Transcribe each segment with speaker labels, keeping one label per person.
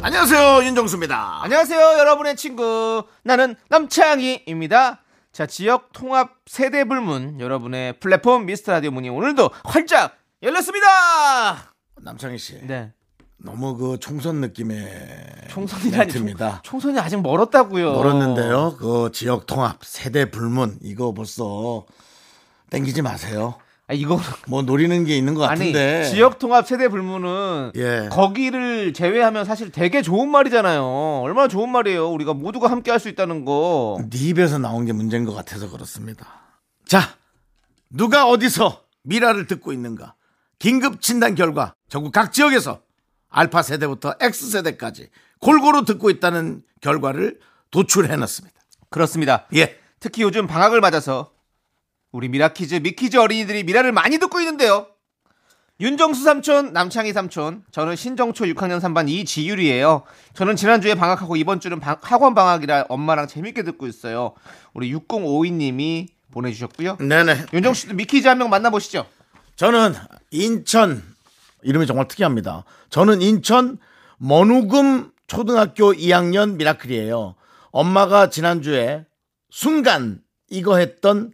Speaker 1: 안녕하세요 윤정수입니다.
Speaker 2: 안녕하세요, 여러분의 친구. 나는 남창희입니다. 자, 지역 통합 세대 불문 여러분의 플랫폼 미스터 라디오 문이 오늘도 활짝 열렸습니다.
Speaker 1: 남창희 씨
Speaker 2: 네.
Speaker 1: 너무 그 총선 느낌의
Speaker 2: 총선이라니 어.
Speaker 1: 멘트입니다.
Speaker 2: 총, 총선이 아직 멀었다고요.
Speaker 1: 멀었는데요. 그 지역 통합 세대 불문 이거 벌써 땡기지 마세요.
Speaker 2: 아, 이거
Speaker 1: 뭐 노리는 게 있는 것
Speaker 2: 아니
Speaker 1: 같은데
Speaker 2: 지역 통합 세대 불문은
Speaker 1: 예.
Speaker 2: 거기를 제외하면 사실 되게 좋은 말이잖아요. 얼마나 좋은 말이에요. 우리가 모두가 함께 할 수 있다는 거.
Speaker 1: 네 입에서 나온 게 문제인 것 같아서 그렇습니다. 자, 누가 어디서 미라를 듣고 있는가? 긴급 진단 결과 전국 각 지역에서 알파 세대부터 X 세대까지 골고루 듣고 있다는 결과를 도출해놨습니다.
Speaker 2: 그렇습니다.
Speaker 1: 예,
Speaker 2: 특히 요즘 방학을 맞아서 우리 미라키즈, 미키즈 어린이들이 미라를 많이 듣고 있는데요. 윤정수 삼촌, 남창희 삼촌, 저는 신정초 6학년 3반 이지율이에요. 저는 지난주에 방학하고 이번 주는 방- 학원 방학이라 엄마랑 재밌게 듣고 있어요. 우리 6052님이 보내주셨고요.
Speaker 1: 네네.
Speaker 2: 윤정수 씨도 미키즈 한 명 만나보시죠.
Speaker 1: 저는 인천 이름이 정말 특이합니다. 저는 인천 머누금 초등학교 2학년 미라클이에요. 엄마가 지난주에 순간 이거 했던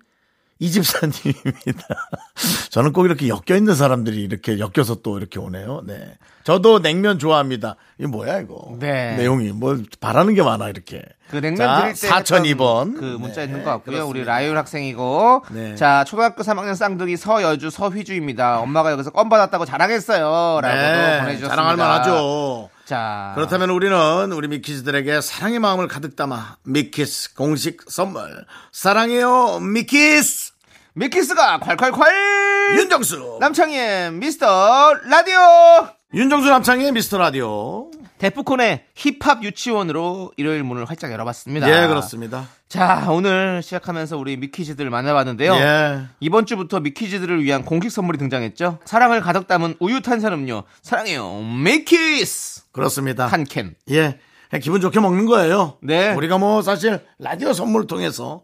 Speaker 1: 이 집사님입니다. 저는 꼭 이렇게 엮여 있는 사람들이 이렇게 엮여서 또 이렇게 오네요. 네. 저도 냉면 좋아합니다. 이게 뭐야 이거?
Speaker 2: 네.
Speaker 1: 내용이 뭐 바라는 게 많아 이렇게.
Speaker 2: 그 냉면 드릴 때
Speaker 1: 자, 4002번
Speaker 2: 했던 그 문자
Speaker 1: 네,
Speaker 2: 있는 것 같고요.
Speaker 1: 그렇습니다.
Speaker 2: 우리 라이올 학생이고
Speaker 1: 네.
Speaker 2: 자 초등학교 3학년 쌍둥이 서여주 서휘주입니다. 엄마가 여기서 껌 받았다고 자랑했어요. 라고
Speaker 1: 네,
Speaker 2: 보내주셨습니다.
Speaker 1: 자랑할 만하죠.
Speaker 2: 자
Speaker 1: 그렇다면 우리는 우리 미키즈들에게 사랑의 마음을 가득 담아 미키스 공식 선물 사랑해요 미키스
Speaker 2: 미키스가 콸콸콸
Speaker 1: 윤정수
Speaker 2: 남창희의 미스터 라디오
Speaker 1: 윤정수 남창의 미스터 라디오
Speaker 2: 데프콘의 힙합 유치원으로 일요일 문을 활짝 열어봤습니다.
Speaker 1: 예 그렇습니다
Speaker 2: 자 오늘 시작하면서 우리 미키즈들 만나봤는데요.
Speaker 1: 예
Speaker 2: 이번 주부터 미키즈들을 위한 공식 선물이 등장했죠. 사랑을 가득 담은 우유 탄산음료 사랑해요 미키스
Speaker 1: 그렇습니다
Speaker 2: 한 캔.
Speaker 1: 예 기분 좋게 먹는 거예요
Speaker 2: 네.
Speaker 1: 우리가 뭐 사실 라디오 선물을 통해서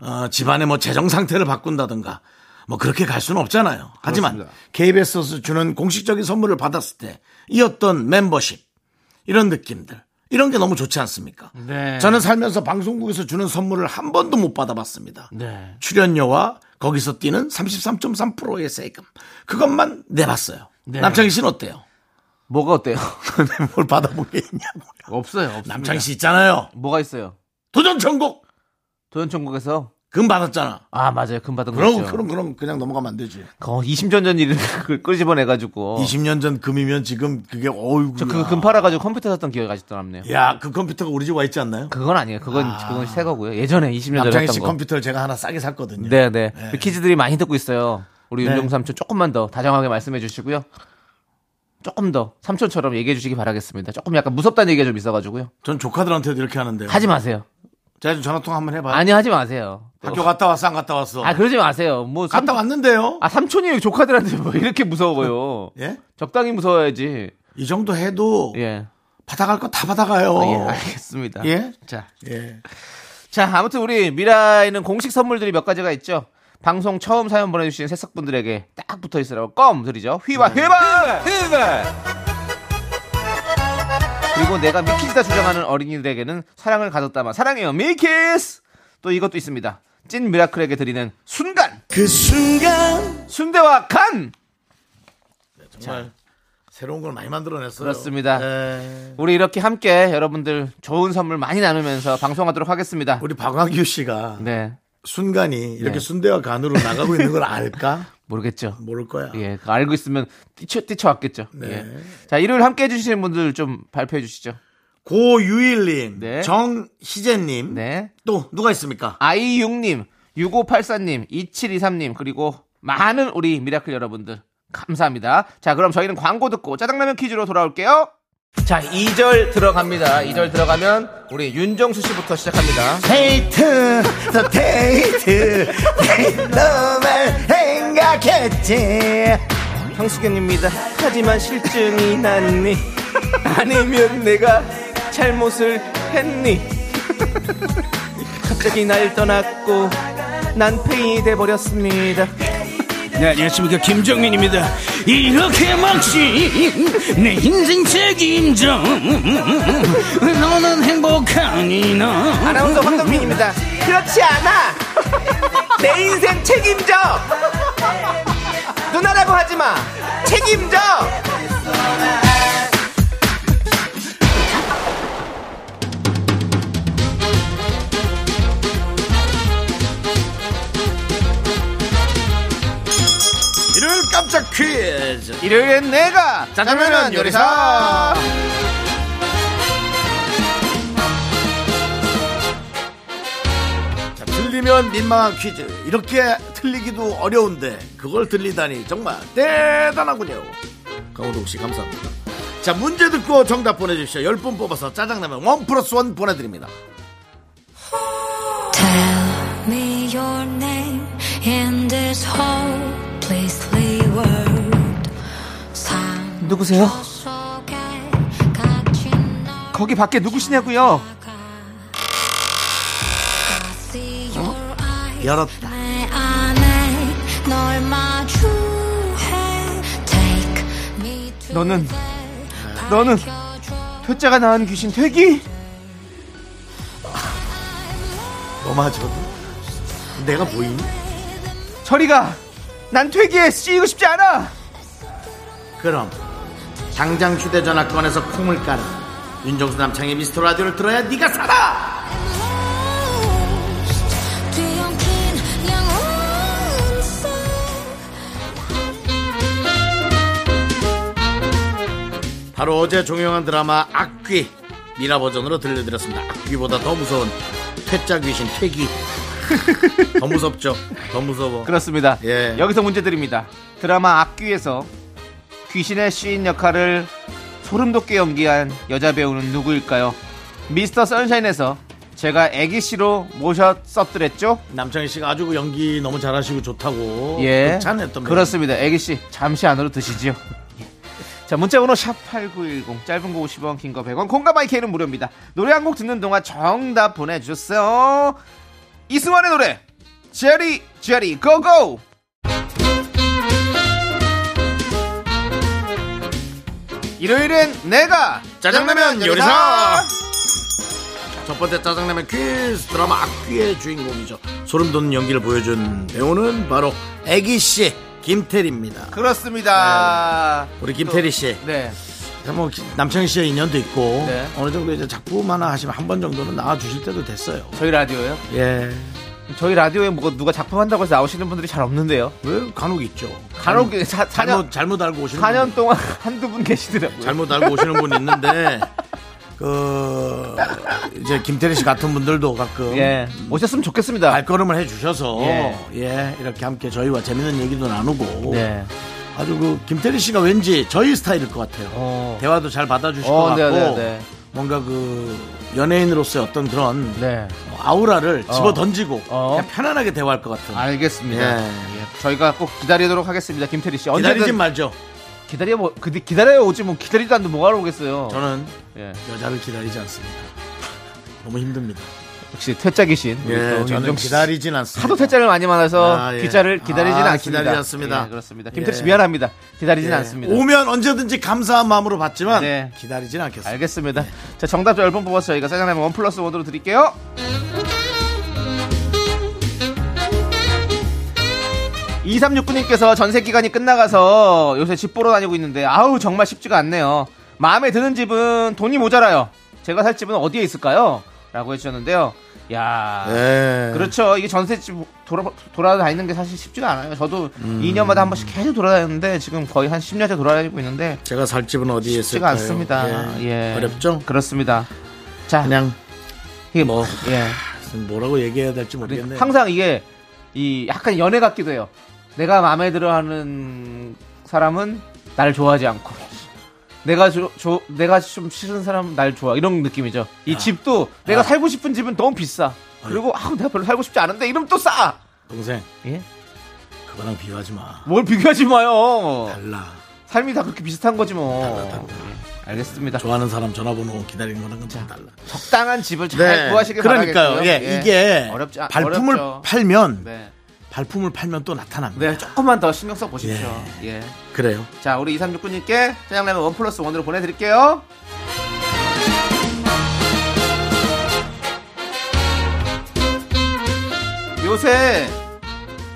Speaker 1: 어, 집안의 뭐 재정 상태를 바꾼다든가 뭐 그렇게 갈 수는 없잖아요 하지만
Speaker 2: 그렇습니다.
Speaker 1: KBS에서 주는 공식적인 선물을 받았을 때 이 어떤 멤버십 이런 느낌들 이런 게 너무 좋지 않습니까?
Speaker 2: 네.
Speaker 1: 저는 살면서 방송국에서 주는 선물을 한 번도 못 받아봤습니다.
Speaker 2: 네.
Speaker 1: 출연료와 거기서 뛰는 33.3%의 세금 그것만 내봤어요.
Speaker 2: 네.
Speaker 1: 남창희 씨는 어때요?
Speaker 2: 뭐가 어때요?
Speaker 1: 뭘 받아본 게 있냐고요?
Speaker 2: 없어요. 없습니다.
Speaker 1: 남창희 씨 있잖아요.
Speaker 2: 뭐가 있어요?
Speaker 1: 도전 천국
Speaker 2: 도연천국에서
Speaker 1: 금 받았잖아.
Speaker 2: 아 맞아요. 금 받은
Speaker 1: 그럼
Speaker 2: 거죠.
Speaker 1: 그럼 그럼 그냥 넘어가면 안 되지.
Speaker 2: 거 20년 전 일을 그 끄집어내가지고
Speaker 1: 20년 전 금이면 지금 그게 어이구.
Speaker 2: 저 그 금 팔아가지고 컴퓨터 샀던 기억이 아직도 남네요.
Speaker 1: 야그 컴퓨터가 우리 집 와 있지 않나요?
Speaker 2: 그건 아니에요. 그건 그건 새 거고요. 예전에 20년 전에
Speaker 1: 남창희
Speaker 2: 했던
Speaker 1: 씨
Speaker 2: 네, 거.
Speaker 1: 컴퓨터를 제가 하나 싸게 샀거든요.
Speaker 2: 네네. 미키즈들이 많이 듣고 있어요. 우리
Speaker 1: 네.
Speaker 2: 윤종 삼촌 조금만 더 다정하게 말씀해 주시고요. 조금 더 삼촌처럼 얘기해 주시기 바라겠습니다. 조금 약간 무섭다는 얘기가 좀 있어가지고요.
Speaker 1: 전 조카들한테도 이렇게 하는데요.
Speaker 2: 하지 마세요.
Speaker 1: 제가 좀 전화 통화 한번 해봐요.
Speaker 2: 아니 하지 마세요. 또-
Speaker 1: 학교 갔다 왔어 안 갔다 왔어.
Speaker 2: 아 그러지 마세요. 뭐 삼-
Speaker 1: 갔다 왔는데요.
Speaker 2: 아 삼촌이 조카들한테 뭐 이렇게 무서워요.
Speaker 1: 예?
Speaker 2: 적당히 무서워야지.
Speaker 1: 이 정도 해도
Speaker 2: 예.
Speaker 1: 받아갈 거 다 받아가요.
Speaker 2: 예, 알겠습니다.
Speaker 1: 어. 예?
Speaker 2: 자,
Speaker 1: 예.
Speaker 2: 자 아무튼 우리 미라에는 공식 선물들이 몇 가지가 있죠. 방송 처음 사연 보내주신 새싹분들에게 딱 붙어 있으라고 껌 드리죠. 휘바
Speaker 1: 네.
Speaker 2: 휘바 휘바. 그리고 내가 미키즈다 주장하는 어린이들에게는 사랑을 가졌다마 사랑해요 미키스. 또 이것도 있습니다. 찐 미라클에게 드리는 순간
Speaker 1: 그 순간
Speaker 2: 순대와 간.
Speaker 1: 정말 새로운 걸 많이 만들어냈어요.
Speaker 2: 그렇습니다.
Speaker 1: 예.
Speaker 2: 우리 이렇게 함께 여러분들 좋은 선물 많이 나누면서 방송하도록 하겠습니다.
Speaker 1: 우리 박광규 씨가
Speaker 2: 네
Speaker 1: 순간이 이렇게
Speaker 2: 네.
Speaker 1: 순대와 간으로 나가고 있는 걸 알까?
Speaker 2: 모르겠죠.
Speaker 1: 모를 거야.
Speaker 2: 예, 그거 알고 있으면 뛰쳐 뛰쳐왔겠죠. 예. 자, 일요일 함께 해주시는 분들 좀 발표해 주시죠.
Speaker 1: 고유일님,
Speaker 2: 네.
Speaker 1: 정희재님,
Speaker 2: 네,
Speaker 1: 또 누가 있습니까?
Speaker 2: 아이육님, 6584님, 2723님 그리고 많은 우리 미라클 여러분들 감사합니다. 자, 그럼 저희는 광고 듣고 짜장라면 퀴즈로 돌아올게요. 자, 2절 들어갑니다. 2절 들어가면 우리 윤정수 씨부터 시작합니다.
Speaker 1: 데이트 더 데이트 너만 생각했지
Speaker 2: 형수경입니다. 하지만 실증이 났니? 아니면 내가 잘못을 했니? 갑자기 날 떠났고 난팽이 돼버렸습니다.
Speaker 3: 네, 안녕하십니까. 김정민입니다. 이렇게 막지, 내 인생 책임져. 너는 행복하니, 너.
Speaker 2: 아나운서 황동민입니다. 그렇지 않아! 내 인생 책임져! 누나라고 하지 마! 책임져!
Speaker 1: 일요일 깜짝 퀴즈
Speaker 2: 일요일엔 내가 짜장면 요리사!
Speaker 1: 자, 들리면 민망한 퀴즈 이렇게 틀리기도 어려운데 그걸 들리다니 정말 대단하군요 강호동씨 감사합니다 자 문제 듣고 정답 보내주십시오 10분 뽑아서 짜장라면 원 플러스 원 보내드립니다
Speaker 4: Tell me your name in this whole placely world. 삶
Speaker 2: 누구세요?
Speaker 4: 속에 갇힌 너가
Speaker 2: 거기 밖에 누구시냐고요?
Speaker 4: I see your eyes.
Speaker 1: 열었다
Speaker 4: 내 안에 널 마주해. Take me to
Speaker 2: 너는
Speaker 4: the
Speaker 2: 너는
Speaker 4: 밝혀줘.
Speaker 2: 퇴짜가 낳은 귀신 퇴기?
Speaker 1: 너마저 내가 보이니?
Speaker 2: 철이가 난 퇴기에 쓰이고 싶지 않아!
Speaker 1: 그럼 당장 휴대전화 꺼내서 콩을 깔아 윤정수 남창의 미스터 라디오를 들어야 네가 살아
Speaker 4: Lost. 뒤엉킨 양온 속.
Speaker 1: 바로 어제 종영한 드라마 악귀 미라 버전으로 들려드렸습니다 악귀보다 더 무서운 퇴짜 귀신 퇴기 더 무섭죠 더 무서워
Speaker 2: 그렇습니다.
Speaker 1: 예.
Speaker 2: 여기서 문제 드립니다. 드라마 악귀에서 귀신의 시인 역할을 소름돋게 연기한 여자 배우는 누구일까요? 미스터 선샤인에서 제가 애기 씨로 모셨었더랬죠?
Speaker 1: 남창희 씨가 아주 그 연기 너무 잘하시고 좋다고
Speaker 2: 예.
Speaker 1: 극찬했던
Speaker 2: 그렇습니다. 애기 씨 잠시 안으로 드시죠. 예. 자 문자번호 샵 8910 짧은 거 50원 긴 거 100원 콩과 마이크는 무료입니다. 노래 한 곡 듣는 동안 정답 보내주세요. 이승환의 노래 제리 제리 고고 일요일엔 내가
Speaker 1: 짜장라면 요리사! 첫 번째 짜장라면 퀴즈 드라마 악귀의 주인공이죠. 소름 돋는 연기를 보여준 배우는 바로 애기 씨 김태리입니다.
Speaker 2: 그렇습니다.
Speaker 1: 우리 김태리 씨,
Speaker 2: 네.
Speaker 1: 뭐 기- 남창희 씨의 인연도 있고
Speaker 2: 네.
Speaker 1: 어느 정도 이제 작품 하나 하시면 한 번 정도는 나와 주실 때도 됐어요.
Speaker 2: 저희 라디오요.
Speaker 1: 예,
Speaker 2: 저희 라디오에 뭐 누가 작품 한다고 해서 나오시는 분들이 잘 없는데요.
Speaker 1: 왜 간혹 있죠.
Speaker 2: 간혹 사,
Speaker 1: 잘못
Speaker 2: 4년,
Speaker 1: 잘못 알고 오시는
Speaker 2: 사년
Speaker 1: 분이-
Speaker 2: 동안 한두 분 계시더라고요.
Speaker 1: 잘못 알고 오시는 분이 있는데 그 이제 김태리 씨 같은 분들도 가끔
Speaker 2: 예. 오셨으면 좋겠습니다.
Speaker 1: 발걸음을 해주셔서
Speaker 2: 예.
Speaker 1: 예. 이렇게 함께 저희와 재밌는 얘기도 나누고
Speaker 2: 네.
Speaker 1: 아주 그 김태리 씨가 왠지 저희 스타일일 것 같아요.
Speaker 2: 어.
Speaker 1: 대화도 잘 받아주실
Speaker 2: 어,
Speaker 1: 것 같고
Speaker 2: 네, 네, 네.
Speaker 1: 뭔가 그 연예인으로서의 어떤 그런
Speaker 2: 네.
Speaker 1: 아우라를 집어 던지고
Speaker 2: 어.
Speaker 1: 그냥 편안하게 대화할 것 같은.
Speaker 2: 알겠습니다.
Speaker 1: 예.
Speaker 2: 예, 저희가 꼭 기다리도록 하겠습니다. 김태리 씨.
Speaker 1: 기다리지
Speaker 2: 언제든
Speaker 1: 말죠.
Speaker 2: 기다려 뭐 그- 기다려요 오지 뭐 기다리도 않는데 뭐하러 오겠어요.
Speaker 1: 저는
Speaker 2: 예.
Speaker 1: 여자를 기다리지 않습니다. 너무 힘듭니다.
Speaker 2: 역시 퇴짜 귀신. 우리
Speaker 1: 예,
Speaker 2: 또
Speaker 1: 저는
Speaker 2: 윤정 씨.
Speaker 1: 기다리진 않습니다.
Speaker 2: 하도 퇴짜를 많이 만나서
Speaker 1: 아, 예.
Speaker 2: 기자를 기다리지는
Speaker 1: 아,
Speaker 2: 않습니다.
Speaker 1: 기다리지 않습니다.
Speaker 2: 예, 그렇습니다.
Speaker 1: 예.
Speaker 2: 김태리 씨 미안합니다. 기다리지는
Speaker 1: 예.
Speaker 2: 않습니다.
Speaker 1: 오면 언제든지 감사한 마음으로 받지만
Speaker 2: 네.
Speaker 1: 기다리진 않겠습니다.
Speaker 2: 알겠습니다. 자, 정답 자 10번 뽑아서 저희가 짜장라면 원 플러스 원으로 드릴게요. 이삼육9님께서 전세 기간이 끝나가서 요새 집 보러 다니고 있는데 아우 정말 쉽지가 않네요. 마음에 드는 집은 돈이 모자라요. 제가 살 집은 어디에 있을까요? 라고 해주셨는데요. 야
Speaker 1: 예.
Speaker 2: 그렇죠. 이게 전셋집 돌아, 돌아다니는 게 사실 쉽지가 않아요. 저도 2년마다 한 번씩 계속 돌아다녔는데 지금 거의 한 10년째 돌아다니고 있는데
Speaker 1: 제가 살 집은 어디에
Speaker 2: 쉽지가
Speaker 1: 있을까요?
Speaker 2: 않습니다. 예.
Speaker 1: 어렵죠?
Speaker 2: 그렇습니다. 자,
Speaker 1: 그냥
Speaker 2: 이게
Speaker 1: 뭐.
Speaker 2: 예.
Speaker 1: 뭐라고 얘기해야 될지 모르겠네요.
Speaker 2: 항상 이게 이 약간 연애 같기도 해요. 내가 마음에 들어하는 사람은 나를 좋아하지 않고 내가 조, 조- 내가 좀 싫은 사람 날 좋아 이런 느낌이죠. 이 집도 내가 살고 싶은 집은 너무 비싸. 그리고 아 내가 별로 살고 싶지 않은데 이름 또 싸.
Speaker 1: 동생
Speaker 2: 예?
Speaker 1: 그거랑 비교하지 마.
Speaker 2: 뭘 비교하지 마요.
Speaker 1: 달라.
Speaker 2: 삶이 다 그렇게 비슷한 거지 뭐. 알겠습니다.
Speaker 1: 좋아하는 사람 전화번호 기다리는 거랑 좀 달라. 네.
Speaker 2: 적당한 집을 잘 구하시길
Speaker 1: 그러니까요.
Speaker 2: 바라겠고요.
Speaker 1: 예, 이게
Speaker 2: 어렵지 않-
Speaker 1: 발품을
Speaker 2: 어렵죠.
Speaker 1: 팔면
Speaker 2: 네.
Speaker 1: 발품을 팔면 또 나타납니다.
Speaker 2: 네, 조금만 더 신경 써 보십시오. 예.
Speaker 1: 그래요.
Speaker 2: 자, 우리 2369님께 짜장라면 원 플러스 원으로 보내드릴게요. 요새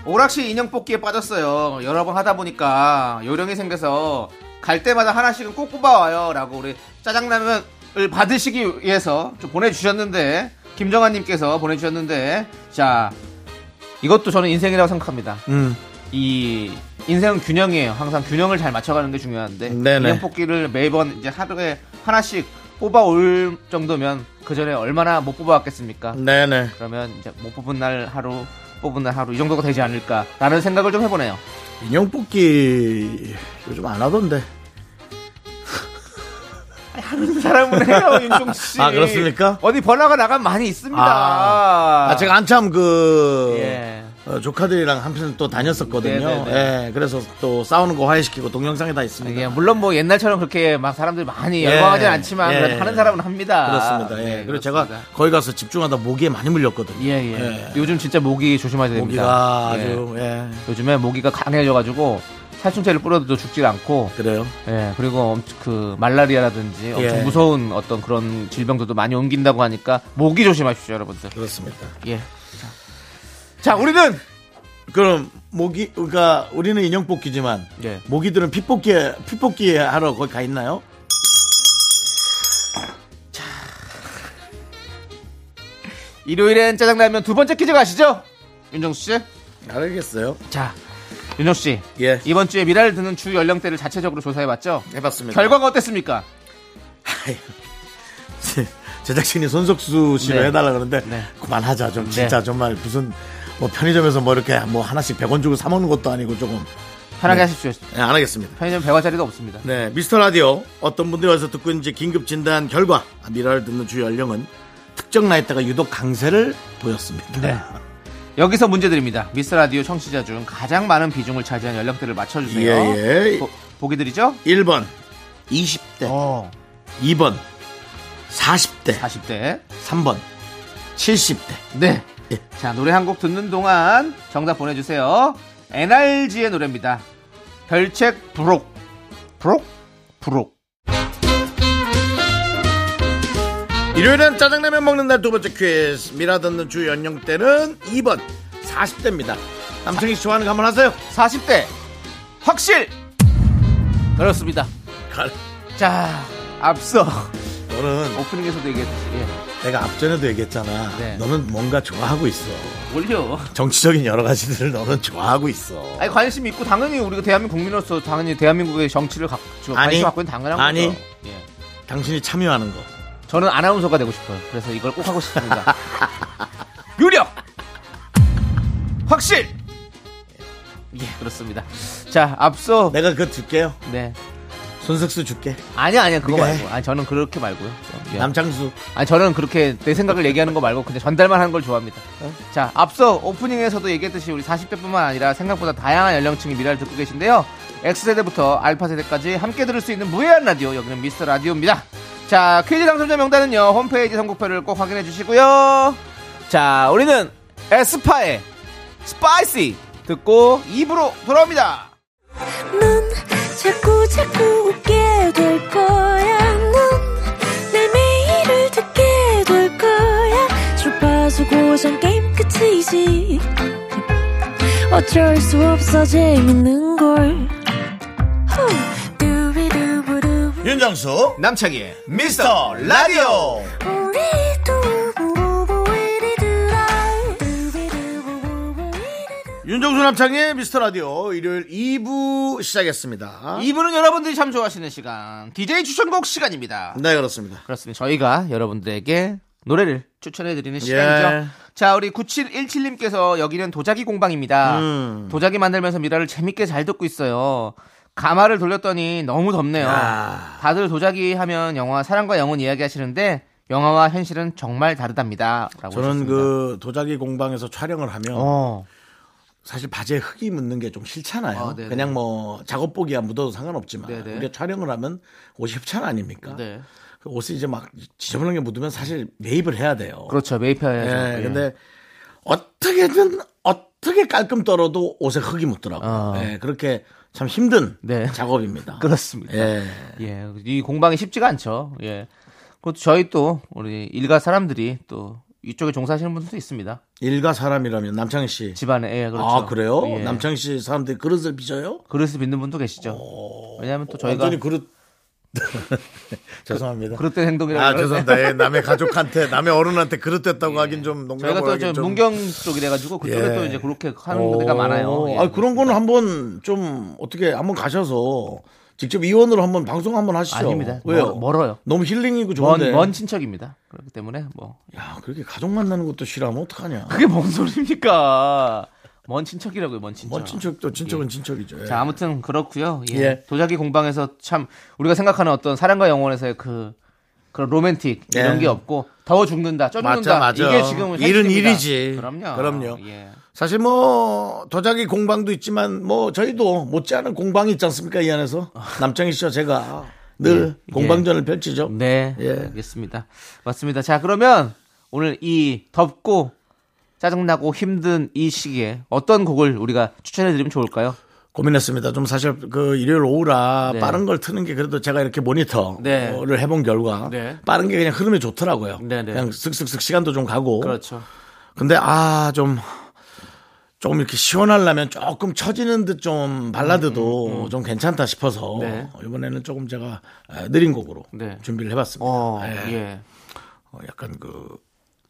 Speaker 2: 오락실 인형 뽑기에 빠졌어요. 여러 번 하다 보니까 요령이 생겨서 갈 때마다 하나씩은 꼭 뽑아와요. 라고 우리 짜장라면을 받으시기 위해서 좀 보내주셨는데, 김정아님께서 보내주셨는데, 자, 이것도 저는 인생이라고 생각합니다.
Speaker 1: 음.
Speaker 2: 이 인생은 균형이에요. 항상 균형을 잘 맞춰가는 게 중요한데
Speaker 1: 네네.
Speaker 2: 인형 뽑기를 매번 이제 하루에 하나씩 뽑아올 정도면 그 전에 얼마나 못 뽑아왔겠습니까?
Speaker 1: 네네.
Speaker 2: 그러면 이제 못 뽑은 날 하루 뽑은 날 하루 이 정도가 되지 않을까라는 생각을 좀 해보네요.
Speaker 1: 인형 뽑기 요즘 안 하던데.
Speaker 2: 그 사람은 해요 윤종 씨.
Speaker 1: 아, 그렇습니까?
Speaker 2: 어디 번화가 나가면 많이 있습니다.
Speaker 1: 아, 아, 제가 한참 그
Speaker 2: 예.
Speaker 1: 어, 조카들이랑 한편 또 다녔었거든요.
Speaker 2: 네네네.
Speaker 1: 예, 그래서 또 싸우는 거 화해시키고 동영상에 다 있습니다.
Speaker 2: 예, 물론 뭐 옛날처럼 그렇게 막 사람들이 많이 열광하진 않지만
Speaker 1: 예.
Speaker 2: 그래도 하는 사람은 합니다.
Speaker 1: 그렇습니다. 예.
Speaker 2: 네,
Speaker 1: 그리고
Speaker 2: 그렇습니다.
Speaker 1: 제가 거기 가서 집중하다 모기에 많이 물렸거든요.
Speaker 2: 예, 예. 요즘 진짜 모기 조심하셔야 됩니다.
Speaker 1: 모기가
Speaker 2: 예.
Speaker 1: 아주 예.
Speaker 2: 요즘에 모기가 강해져가지고 살충제를 뿌려도 죽질 않고
Speaker 1: 그래요.
Speaker 2: 예 그리고 엄청 그 말라리아라든지 엄청
Speaker 1: 예.
Speaker 2: 무서운 어떤 그런 질병들도 많이 옮긴다고 하니까 모기 조심하십시오 여러분들
Speaker 1: 그렇습니다.
Speaker 2: 예. 자. 자, 우리는
Speaker 1: 그럼 모기 그러니까 우리는 인형 뽑기지만
Speaker 2: 예.
Speaker 1: 모기들은 피 뽑기에 피 뽑기에 하러 거기 가 있나요?
Speaker 2: 일요일엔 짜장라면 두 번째 퀴즈 가시죠 윤정수 씨.
Speaker 1: 알겠어요.
Speaker 2: 자 윤정수 씨
Speaker 1: 예. 네,
Speaker 2: 이번 주에 미라를 듣는 주 연령대를 자체적으로 조사해봤죠.
Speaker 1: 해봤습니다.
Speaker 2: 결과가 어땠습니까?
Speaker 1: 제- 제작진이 손석수 씨로
Speaker 2: 네.
Speaker 1: 해달라 그러는데
Speaker 2: 네.
Speaker 1: 그만하자 좀 진짜 정말 무슨 뭐 편의점에서 뭐 이렇게 뭐 하나씩 100원 주고 사 먹는 것도 아니고 조금
Speaker 2: 편하게
Speaker 1: 네.
Speaker 2: 하십시오.
Speaker 1: 네, 안 하겠습니다.
Speaker 2: 편의점 100원짜리도 없습니다.
Speaker 1: 네, 미스터 라디오 어떤 분들이 와서 듣고 있는지 긴급 진단 결과 미라를 듣는 주 연령은 특정 나이대가 유독 강세를 보였습니다.
Speaker 2: 여기서 문제 드립니다. 미스 라디오 청취자 중 가장 많은 비중을 차지한 연령대를 맞춰주세요.
Speaker 1: 예, 예.
Speaker 2: 보, 보기 드리죠?
Speaker 1: 1번 20대, 2번 40대,
Speaker 2: 40대.
Speaker 1: 3번 70대.
Speaker 2: 네.
Speaker 1: 예.
Speaker 2: 자, 노래 한 곡 듣는 동안 정답 보내주세요. NRG의 노래입니다. 별책 부록. 부록? 부록.
Speaker 1: 일요일엔 짜장라면 먹는 날 두 번째 퀴즈 미라 듣는 주 연령 때는 2번 40대입니다 남성이 좋아하는 거 한번 하세요
Speaker 2: 40대. 확실! 그렇습니다.
Speaker 1: 갈.
Speaker 2: 자, 앞서
Speaker 1: 너는
Speaker 2: 오프닝에서도 얘기했듯이. 예.
Speaker 1: 내가 앞전에도 얘기했잖아
Speaker 2: 네.
Speaker 1: 너는 뭔가 좋아하고 있어
Speaker 2: 올려.
Speaker 1: 정치적인 여러 가지들을 너는 좋아하고 있어
Speaker 2: 아니, 관심 있고, 당연히 우리가 대한민국 국민으로서 당연히 대한민국의 정치를 갖고, 관심
Speaker 1: 아니.
Speaker 2: 갖고 있는 당연한
Speaker 1: 아니.
Speaker 2: 거죠. 예.
Speaker 1: 당신이 참여하는 거
Speaker 2: 저는 아나운서가 되고 싶어요. 그래서 이걸 꼭 하고 싶습니다. 유력! 확실! 예, 그렇습니다. 자, 앞서. 네.
Speaker 1: 내가 그거 줄게요 손석수 줄게
Speaker 2: 아니, 아니, 그거
Speaker 1: 네가 해.
Speaker 2: 말고. 아니, 저는 그렇게 말고요. 예.
Speaker 1: 남창수
Speaker 2: 아니, 저는 그렇게 내 생각을 얘기하는 거 말고, 근데 전달만 하는 걸 좋아합니다. 자, 앞서 오프닝에서도 얘기했듯이 우리 40대뿐만 아니라 생각보다 다양한 연령층이 미라를 듣고 계신데요. X세대부터 알파세대까지 함께 들을 수 있는 무해한 라디오, 여기는 미스터 라디오입니다. 자, 퀴즈 당첨자 명단은요, 홈페이지 선곡표를 꼭 확인해 주시고요. 자, 우리는 에스파의 스파이시 듣고 입으로 돌아옵니다.
Speaker 4: 넌 자꾸 자꾸 웃게 될 거야. 넌내 매일을 듣게 될 거야. 주파수 고정 게임 끝이지. 어쩔 수 없어 재밌는 걸. 후. 두비두부두부.
Speaker 1: 윤정수
Speaker 2: 남창희의
Speaker 1: 미스터 라디오
Speaker 4: 우리 두부부부 우리 두라. 두비두부부부 우리 두라.
Speaker 1: 윤정수 남창의 미스터 라디오 일요일 2부 시작했습니다
Speaker 2: 이분은 여러분들이 참 좋아하시는 시간, DJ 추천곡 시간입니다.
Speaker 1: 네 그렇습니다
Speaker 2: 그렇습니다. 저희가 여러분들에게 노래를 추천해드리는
Speaker 1: 예.
Speaker 2: 시간이죠. 자, 우리
Speaker 1: 음.
Speaker 2: 9717님께서 여기는 도자기 공방입니다. 도자기 만들면서 미라를 재밌게 잘 듣고 있어요. 가마를 돌렸더니 너무 덥네요. 다들 도자기 하면 영화 사랑과 영혼 이야기 하시는데 영화와 현실은 정말 다르답니다. 라고
Speaker 1: 저는
Speaker 2: 하셨습니다.
Speaker 1: 그 도자기 공방에서 촬영을 하면
Speaker 2: 어.
Speaker 1: 사실 바지에 흙이 묻는 게 좀 싫잖아요.
Speaker 2: 아, 네네.
Speaker 1: 그냥 뭐 작업복이야 묻어도 상관없지만
Speaker 2: 네네.
Speaker 1: 우리가 촬영을 하면 옷이 흡찬 아닙니까?
Speaker 2: 네.
Speaker 1: 그 옷이 이제 막 지저분하게 묻으면 사실 매입을 해야 돼요.
Speaker 2: 그렇죠. 메이퍼에.
Speaker 1: 예, 근데 어떻게든 어떻게 깔끔 떨어도 옷에 흙이 묻더라고요.
Speaker 2: 아.
Speaker 1: 예, 그렇게 참 힘든
Speaker 2: 네.
Speaker 1: 작업입니다.
Speaker 2: 그렇습니다.
Speaker 1: 예.
Speaker 2: 예, 이 공방이 쉽지가 않죠. 예. 그것도 저희 또 우리 일가 사람들이 또 이쪽에 종사하시는 분들도 있습니다.
Speaker 1: 일가 사람이라면 남창희 씨.
Speaker 2: 집안에 예, 그렇죠.
Speaker 1: 아, 그래요?
Speaker 2: 예.
Speaker 1: 남창희 씨 사람들이 그릇을 빚어요?
Speaker 2: 그릇을 빚는 분도 계시죠. 왜냐하면 또 저희가
Speaker 1: 완전히 그릇. 죄송합니다.
Speaker 2: 그릇된 행동이라고
Speaker 1: 아,
Speaker 2: 그러는데
Speaker 1: 죄송합니다. 예, 남의 가족한테, 남의 어른한테 그릇됐다고 하긴 좀
Speaker 2: 예. 저희가
Speaker 1: 농담으로 하긴
Speaker 2: 또좀
Speaker 1: 좀.
Speaker 2: 문경 쪽이라 가지고 그쪽에
Speaker 1: 예.
Speaker 2: 또 이제 그렇게 하는 데가 많아요. 예.
Speaker 1: 아, 그런 거는 한번 좀 어떻게 한번 가셔서 직접 이원으로 한번 방송 한번 하시죠.
Speaker 2: 아닙니다.
Speaker 1: 왜요?
Speaker 2: 멀- 멀어요.
Speaker 1: 너무 힐링이고
Speaker 2: 먼,
Speaker 1: 좋은데.
Speaker 2: 먼 친척입니다. 그렇기 때문에 뭐
Speaker 1: 야, 그렇게 가족 만나는 것도 싫어하면 어떡하냐.
Speaker 2: 그게 뭔 소리입니까? 먼 친척이라고요, 먼 친척.
Speaker 1: 먼 친척도 친척은 친척이죠. 예.
Speaker 2: 자, 아무튼 그렇고요. 예.
Speaker 1: 예.
Speaker 2: 도자기 공방에서 참 우리가 생각하는 어떤 사랑과 영혼에서의 그 그런 로맨틱 이런
Speaker 1: 예.
Speaker 2: 게 없고 더워 죽는다, 쪄
Speaker 1: 맞아,
Speaker 2: 죽는다.
Speaker 1: 맞아.
Speaker 2: 이게 지금
Speaker 1: 일은 일이지.
Speaker 2: 그럼요.
Speaker 1: 그럼요.
Speaker 2: 예.
Speaker 1: 사실 뭐 도자기 공방도 있지만 뭐 저희도 못지않은 공방이 있지 않습니까 이 안에서 남창희 씨와 제가 늘
Speaker 2: 아. 예.
Speaker 1: 공방전을 펼치죠.
Speaker 2: 네,
Speaker 1: 예.
Speaker 2: 알겠습니다. 맞습니다. 자, 그러면 오늘 이 덥고 짜증나고 힘든 이 시기에 어떤 곡을 우리가 추천해드리면 좋을까요?
Speaker 1: 고민했습니다. 좀 사실 그 일요일 오후라
Speaker 2: 네.
Speaker 1: 빠른 걸 트는 게 그래도 제가 이렇게 모니터를
Speaker 2: 네.
Speaker 1: 해본 결과
Speaker 2: 네.
Speaker 1: 빠른 게 그냥 흐름이 좋더라고요.
Speaker 2: 네, 네.
Speaker 1: 그냥 슥슥슥 시간도 좀 가고.
Speaker 2: 그렇죠.
Speaker 1: 근데 아, 좀 조금 이렇게 시원하려면 조금 처지는 듯 좀 발라드도 좀 괜찮다 싶어서
Speaker 2: 음, 네.
Speaker 1: 이번에는 조금 제가 느린 곡으로
Speaker 2: 네.
Speaker 1: 준비를 해봤습니다.
Speaker 2: 어,
Speaker 1: 예.
Speaker 2: 예.
Speaker 1: 어, 약간 그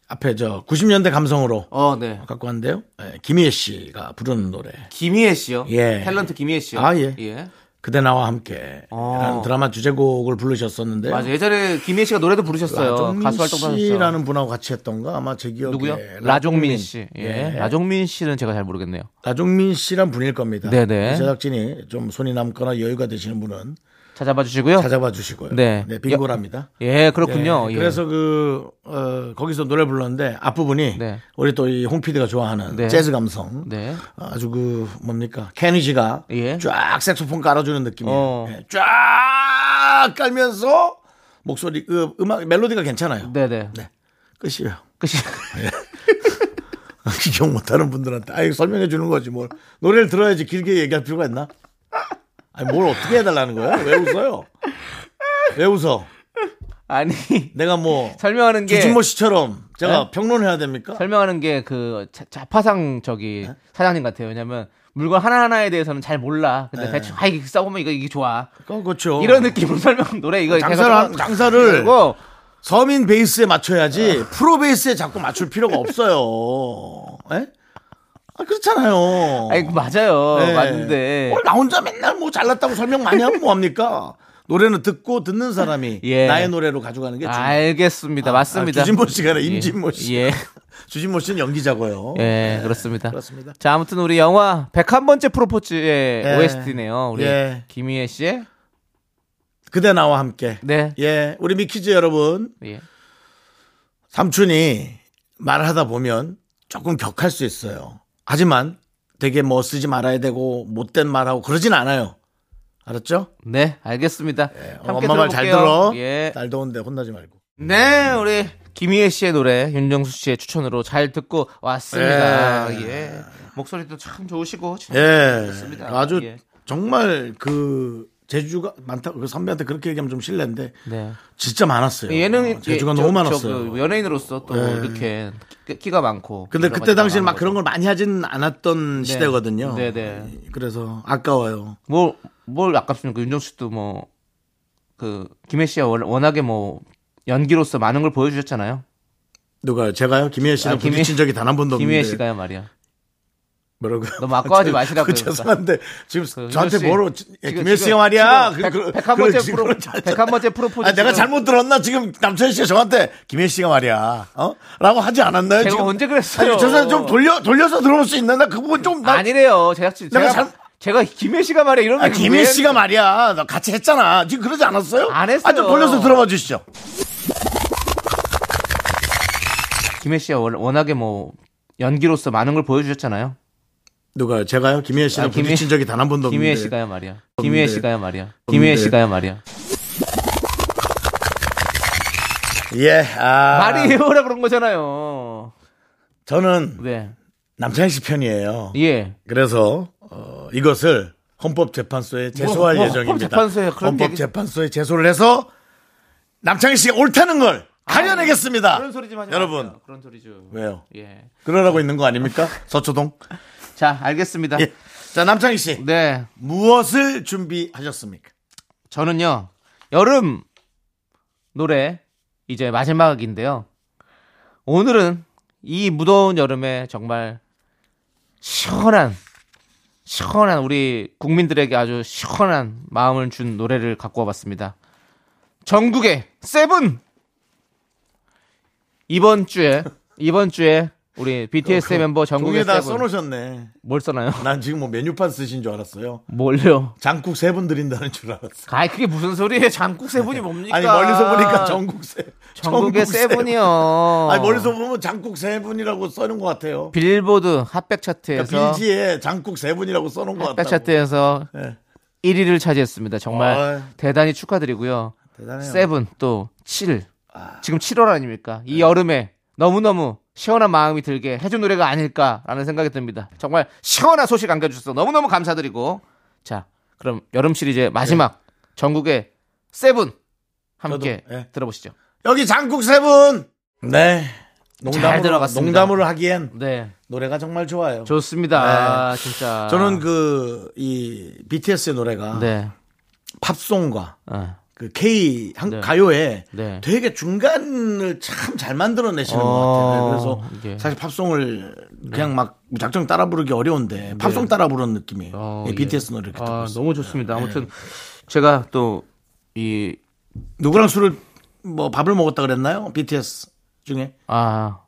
Speaker 1: 앞에 저 90년대 감성으로
Speaker 2: 어, 네.
Speaker 1: 갖고 왔는데요. 예, 김희애 씨가 부르는 노래
Speaker 2: 김희애 씨요.
Speaker 1: 예.
Speaker 2: 탤런트 김희애 씨요.
Speaker 1: 아, 예.
Speaker 2: 예.
Speaker 1: 그대 나와 함께
Speaker 2: 어.
Speaker 1: 라는 드라마 주제곡을 부르셨었는데
Speaker 2: 맞아 예전에 김혜 씨가 노래도 부르셨어요.
Speaker 1: 라종민
Speaker 2: 가수 활동도 하셨죠.
Speaker 1: 씨라는 분하고 같이 했던가 아마 제 기억에
Speaker 2: 누구요?
Speaker 1: 라종민.
Speaker 2: 라종민 씨. 예.
Speaker 1: 예.
Speaker 2: 라종민 씨는 제가 잘 모르겠네요.
Speaker 1: 라종민 씨란 분일 겁니다.
Speaker 2: 네네.
Speaker 1: 제작진이 좀 손이 남거나 여유가 되시는 분은
Speaker 2: 찾아봐 주시고요.
Speaker 1: 찾아봐 주시고요.
Speaker 2: 어. 네.
Speaker 1: 빙고랍니다.
Speaker 2: 예, 그렇군요.
Speaker 1: 예,
Speaker 2: 예.
Speaker 1: 그래서 그 어, 거기서 노래 불렀는데 앞부분이
Speaker 2: 네.
Speaker 1: 우리 또 이 홍 PD가 좋아하는
Speaker 2: 네.
Speaker 1: 재즈 감성
Speaker 2: 네.
Speaker 1: 아주 그 뭡니까 케니지가
Speaker 2: 예.
Speaker 1: 쫙 색소폰 깔아주는 느낌이에요.
Speaker 2: 어.
Speaker 1: 예, 쫙 깔면서 목소리 그 음악 멜로디가 괜찮아요.
Speaker 2: 네, 그 네.
Speaker 1: 네. 끝이에요.
Speaker 2: 끝이.
Speaker 1: 기억 못하는 분들한테 아예 설명해 주는 거지 뭘 노래를 들어야지 길게 얘기할 필요가 있나? 아니 뭘 어떻게 해달라는 거야? 왜 웃어요? 왜 웃어?
Speaker 2: 아니,
Speaker 1: 내가 뭐
Speaker 2: 설명하는 게
Speaker 1: 주진모 씨처럼 제가
Speaker 2: 네?
Speaker 1: 평론해야 됩니까?
Speaker 2: 설명하는 게 그 자파상 저기
Speaker 1: 네?
Speaker 2: 사장님 같아요. 왜냐면 물건 하나하나에 대해서는 잘 몰라. 근데
Speaker 1: 네.
Speaker 2: 대충 아 이게 써보면 이거 이게 좋아.
Speaker 1: 어, 그렇죠.
Speaker 2: 이런 느낌으로 설명 노래 이거
Speaker 1: 장사를
Speaker 2: 제가
Speaker 1: 한-
Speaker 2: 좀-
Speaker 1: 장사를 어.
Speaker 2: 그리고
Speaker 1: 서민 베이스에 맞춰야지 프로 베이스에 자꾸 맞출 필요가 없어요. 예? 아 그렇잖아요.
Speaker 2: 아이 어, 맞아요.
Speaker 1: 예.
Speaker 2: 맞는데.
Speaker 1: 뭘 나 혼자 맨날 뭐 잘났다고 설명 많이 하면 뭐 합니까? 노래는 듣고 듣는 사람이
Speaker 2: 예.
Speaker 1: 나의 노래로 가져가는 게 중요해요.
Speaker 2: 알겠습니다. 맞습니다.
Speaker 1: 아, 주진모 씨가 아니라 임진모
Speaker 2: 예.
Speaker 1: 씨.
Speaker 2: 예.
Speaker 1: 주진모 씨는 연기자고요. 네,
Speaker 2: 예, 그렇습니다.
Speaker 1: 그렇습니다.
Speaker 2: 자, 아무튼 우리 영화 101번째 프로포즈의
Speaker 1: 예.
Speaker 2: OST네요. 우리
Speaker 1: 예.
Speaker 2: 김희애 씨의
Speaker 1: 그대 나와 함께.
Speaker 2: 네.
Speaker 1: 예, 우리 미키즈 여러분
Speaker 2: 예.
Speaker 1: 삼촌이 말을 하다 보면 조금 격할 수 있어요. 하지만 되게 뭐 쓰지 말아야 되고 못된 말하고 그러진 않아요. 알았죠?
Speaker 2: 네, 알겠습니다. 함께
Speaker 1: 예. 엄마 말 잘
Speaker 2: 들어볼게요.
Speaker 1: 들어.
Speaker 2: 예.
Speaker 1: 날 더운데 혼나지 말고.
Speaker 2: 네, 우리 김희애 씨의 노래 윤정수 씨의 추천으로 잘 듣고 왔습니다.
Speaker 1: 예.
Speaker 2: 예. 목소리도 참 좋으시고 참
Speaker 1: 예.
Speaker 2: 좋습니다.
Speaker 1: 아주
Speaker 2: 아, 예.
Speaker 1: 정말 그 제주가 많다. 그 선배한테 그렇게 얘기하면 좀 실례인데
Speaker 2: 네.
Speaker 1: 진짜 많았어요.
Speaker 2: 예능
Speaker 1: 제주가
Speaker 2: 예, 저-
Speaker 1: 너무
Speaker 2: 저
Speaker 1: 많았어요.
Speaker 2: 그 연예인으로서 또
Speaker 1: 예.
Speaker 2: 이렇게 끼- 끼가 많고
Speaker 1: 근데
Speaker 2: 여러
Speaker 1: 그때
Speaker 2: 가지
Speaker 1: 당시에는 막
Speaker 2: 많은
Speaker 1: 그런
Speaker 2: 거죠.
Speaker 1: 걸 많이 하진 않았던 시대거든요.
Speaker 2: 네. 네네.
Speaker 1: 그래서 아까워요.
Speaker 2: 뭘, 뭘 아깝습니까? 윤정수 씨도 뭐, 그, 김혜 씨가 월- 워낙에 뭐, 연기로서 많은 걸 보여주셨잖아요.
Speaker 1: 누가요? 제가요? 김희애 씨는
Speaker 2: 아, 김희-
Speaker 1: 부딪힌 적이 단 한 번도 없는데.
Speaker 2: 김혜 씨가요 말이야.
Speaker 1: 뭐라고?
Speaker 2: 너무 아까워하지
Speaker 1: 저-
Speaker 2: 마시라고요. 그러니까.
Speaker 1: 그 죄송한데 지금
Speaker 2: 그
Speaker 1: 저한테
Speaker 2: 윤정 씨,
Speaker 1: 뭐로 예,
Speaker 2: 지금-
Speaker 1: 김혜수 씨가
Speaker 2: 지금-
Speaker 1: 말이야.
Speaker 2: 지금
Speaker 1: 그- 그-
Speaker 2: 백- 백한
Speaker 1: 그걸
Speaker 2: 번째
Speaker 1: 지금
Speaker 2: 프로-
Speaker 1: 잘-
Speaker 2: 백한 번째 프로포즈
Speaker 1: 아, 내가
Speaker 2: 지금-
Speaker 1: 잘못 들었나? 지금 남철 씨가 저한테 김혜수 씨가 말이야. 어? 라고 하지 않았나요?
Speaker 2: 제가
Speaker 1: 지금?
Speaker 2: 언제 그랬어요?
Speaker 1: 아니, 죄송한데 좀 돌려 돌려서 들어올 수 있나? 나 그 부분 좀 나,
Speaker 2: 아니래요. 제작진.
Speaker 1: 내가
Speaker 2: 제가,
Speaker 1: 잘-
Speaker 2: 제가 김혜 씨가 말해 이런
Speaker 1: 아,
Speaker 2: 얘기
Speaker 1: 김혜
Speaker 2: 왜-
Speaker 1: 씨가 말이야. 나 같이 했잖아. 지금 그러지 않았어요?
Speaker 2: 안 했어요.
Speaker 1: 아, 좀 돌려서 들어봐 주시죠.
Speaker 2: 김혜 씨가 월- 워낙에 뭐 연기로서 많은 걸 보여주셨잖아요.
Speaker 1: 누가요? 제가요? 김혜 씨는
Speaker 2: 아, 김혜-
Speaker 1: 부딪힌 적이 단 한 번도 없는데.
Speaker 2: 김혜 씨가야 말이야. 김혜
Speaker 1: 없는데.
Speaker 2: 씨가야 말이야. 김혜
Speaker 1: 없는데.
Speaker 2: 씨가야 말이야.
Speaker 1: 예, 아.
Speaker 2: 말이에요라 그런 거잖아요.
Speaker 1: 저는
Speaker 2: 네.
Speaker 1: 남창희 씨 편이에요.
Speaker 2: 예.
Speaker 1: 그래서 어, 이것을 헌법재판소에 제소할
Speaker 2: 뭐,
Speaker 1: 예정입니다.
Speaker 2: 헌법재판소에 그런 얘기-
Speaker 1: 헌법재판소에 제소를 해서 남창희 씨가 옳다는 걸 가려내겠습니다.
Speaker 2: 아, 그런 소리 좀 하지
Speaker 1: 여러분.
Speaker 2: 마세요. 그런 소리 좀.
Speaker 1: 왜요?
Speaker 2: 예.
Speaker 1: 그러라고 있는 거 아닙니까? 서초동.
Speaker 2: 자, 알겠습니다.
Speaker 1: 예. 자, 남창희 씨.
Speaker 2: 네.
Speaker 1: 무엇을 준비하셨습니까?
Speaker 2: 저는요. 여름 노래 이제 마지막인데요. 오늘은 이 무더운 여름에 정말 시원한 시원한 우리 국민들에게 아주 시원한 마음을 준 노래를 갖고 와봤습니다. 전국의 세븐 이번 주에 이번 주에 우리 BTS 의 멤버 전국의
Speaker 1: 종이에다
Speaker 2: 세븐
Speaker 1: 써놓으셨네.
Speaker 2: 뭘 써나요?
Speaker 1: 난 지금 뭐 메뉴판 쓰신 줄 알았어요.
Speaker 2: 뭘요?
Speaker 1: 장국 세 분 드린다는 줄 알았어.
Speaker 2: 아이 그게 무슨 소리예요? 장국 세븐이 뭡니까?
Speaker 1: 아니 멀리서 보니까 전국 세
Speaker 2: 그러니까 전국의
Speaker 1: 전국
Speaker 2: 세븐이요.
Speaker 1: 분. 아니 멀리서 보면 장국 세 분이라고 써는 것 같아요.
Speaker 2: 빌보드 핫백 차트에서 아,
Speaker 1: 그러니까 빌지에 장국 세 분이라고 써놓은 것
Speaker 2: 핫백
Speaker 1: 같다.
Speaker 2: 차트에서
Speaker 1: 네.
Speaker 2: 1위를 차지했습니다. 정말
Speaker 1: 어이.
Speaker 2: 대단히 축하드리고요.
Speaker 1: 아. 대단해요. 아.
Speaker 2: 세븐 또 7. 지금 7월 아닙니까?
Speaker 1: 네.
Speaker 2: 이 여름에 너무너무 시원한 마음이 들게 해준 노래가 아닐까라는 생각이 듭니다. 정말 시원한 소식 안겨주셔서 너무너무 감사드리고 자 그럼 여름 시리즈의 마지막 전국의 세븐
Speaker 1: 네.
Speaker 2: 함께
Speaker 1: 저도, 예.
Speaker 2: 들어보시죠.
Speaker 1: 여기 장국 세 분. 네.
Speaker 2: 잘 들어갔습니다.
Speaker 1: 농담으로 하기엔
Speaker 2: 네
Speaker 1: 노래가 정말 좋아요.
Speaker 2: 좋습니다.
Speaker 1: 네.
Speaker 2: 아, 진짜
Speaker 1: 저는 그 이 BTS의 노래가
Speaker 2: 네.
Speaker 1: 팝송과
Speaker 2: 어.
Speaker 1: 그 K 한
Speaker 2: 네.
Speaker 1: 가요에
Speaker 2: 네.
Speaker 1: 되게 중간을 참 잘 만들어내시는
Speaker 2: 어,
Speaker 1: 것 같아요. 네, 그래서
Speaker 2: 이게. 네.
Speaker 1: 사실 팝송을 그냥 막 무작정 따라 부르기 어려운데 팝송 따라 부르는 느낌이에요.
Speaker 2: 어,
Speaker 1: 예,
Speaker 2: 예.
Speaker 1: BTS 노래 이렇게 듣고
Speaker 2: 아,
Speaker 1: 있어요.
Speaker 2: 너무 좋습니다. 아무튼
Speaker 1: 네.
Speaker 2: 제가 또 이
Speaker 1: 누구랑 술을 뭐 밥을 먹었다 그랬나요? BTS 중에
Speaker 2: 아,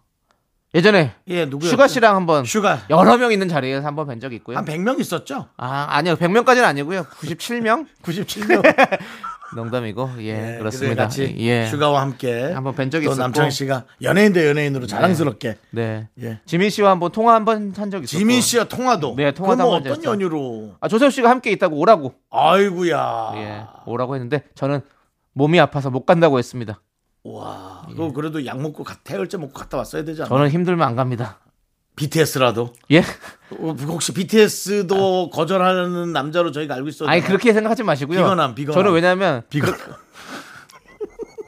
Speaker 2: 예전에
Speaker 1: 예 누구
Speaker 2: 슈가 씨랑 한번
Speaker 1: 슈가
Speaker 2: 여러 명 있는 자리에서 한번 뵌 적이 있고요.
Speaker 1: 한 100명 있었죠?
Speaker 2: 아, 아니요. 100명까지는 아니고요. 97명?
Speaker 1: 97명
Speaker 2: 농담이고. 예,
Speaker 1: 예,
Speaker 2: 그렇습니다.
Speaker 1: 같이
Speaker 2: 예.
Speaker 1: 슈가와 함께
Speaker 2: 한번 뵌 적이
Speaker 1: 또
Speaker 2: 있었고.
Speaker 1: 남창희 씨가 연예인 대 연예인으로 자랑스럽게
Speaker 2: 네.
Speaker 1: 예.
Speaker 2: 지민 씨와 한번 통화 한번 한 적이 있었고.
Speaker 1: 지민 씨와 통화도
Speaker 2: 네, 통화도
Speaker 1: 그건 뭐
Speaker 2: 한번
Speaker 1: 어떤
Speaker 2: 했죠.
Speaker 1: 연유로
Speaker 2: 아, 조세호 씨가 함께 있다고 오라고.
Speaker 1: 아이구야
Speaker 2: 예. 오라고 했는데 저는 몸이 아파서 못 간다고 했습니다.
Speaker 1: 와, 그거 그래도 약 먹고 가- 태열제 먹고 갔다 왔어야 되지 않아?
Speaker 2: 예. 저는 힘들면 안 갑니다.
Speaker 1: BTS라도 어, 그
Speaker 2: 예.
Speaker 1: 혹시 BTS도 거절하는 남자로 저희가 알고 있어요.
Speaker 2: 아. 아니 그렇게 생각하지 마시고요.
Speaker 1: 비건함, 비건함.
Speaker 2: 저는 왜냐면
Speaker 1: 비가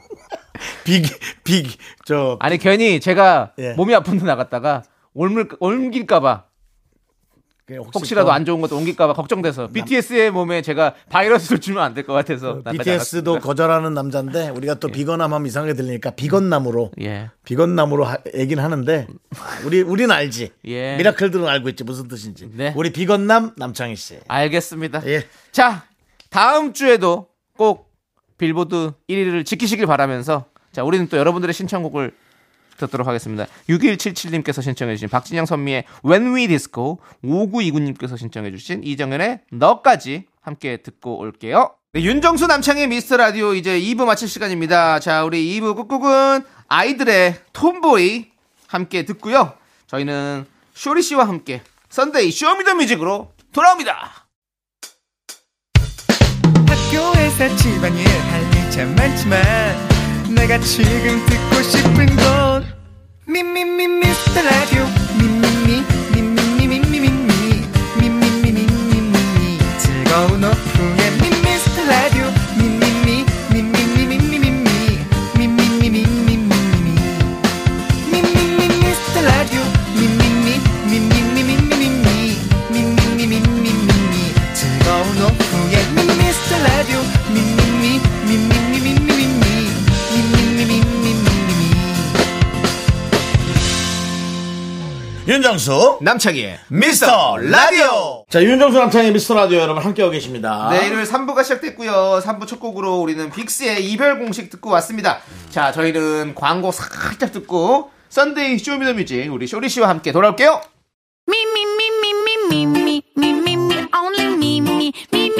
Speaker 1: 비비저
Speaker 2: 아니 괜히 제가
Speaker 1: 예.
Speaker 2: 몸이 아픈데 나갔다가 옮을 옮길까봐 아, 혹시라도 안 좋은 것도 옮길까봐 걱정돼서 BTS의 몸에 제가 바이러스를 주면 안 될 것 같아서 나까지
Speaker 1: 어, BTS도
Speaker 2: 나갔습니다.
Speaker 1: 거절하는 남자인데 우리가 또 비건함하면 이상하게 들리니까 비건남으로
Speaker 2: 예
Speaker 1: 비건남으로 하, 얘긴 하는데 우리 우린 알지
Speaker 2: 예.
Speaker 1: 미라클들은 알고 있지 무슨 뜻인지
Speaker 2: 네.
Speaker 1: 우리 비건남 남창희 씨
Speaker 2: 알겠습니다.
Speaker 1: 예.
Speaker 2: 자 다음 주에도 꼭 빌보드 1위를 지키시길 바라면서 자 우리는 또 여러분들의 신청곡을 듣도록 하겠습니다. 6177님께서 신청해주신 박진영 선미의 When We Disco 5929님께서 신청해주신 이정현의 너까지 함께 듣고 올게요. 네, 윤정수 남창의 미스터 라디오 이제 2부 마칠 시간입니다. 자 우리 2부 끝곡은 아이들의 톰보이 함께 듣고요. 저희는 쇼리 씨와 함께 썬데이 쇼미더뮤직으로 돌아옵니다.
Speaker 5: 학교에서 집안일 할 일 참 많지만 내가 지금 듣고 싶은 건 미미미 미스터 라디오 미미미 미미미 미미미 미미미 미미미 즐거운 오후에 미스터 라디오 미미미 미미미 미미미 미미미 미미미
Speaker 1: 윤정수
Speaker 2: 남창희의
Speaker 1: 미스터 라디오. 자, 윤정수 남창의 미스터 라디오 여러분 함께하고 계십니다.
Speaker 2: 네, 일요일 3부가 시작됐고요. 3부 첫 곡으로 우리는 빅스의 이별 공식 듣고 왔습니다. 자, 저희는 광고 살짝 듣고 썬데이 쇼미더뮤직 우리 쇼리 씨와 함께 돌아올게요.
Speaker 4: Me, me, me, me, me, me, me, me, me, me, only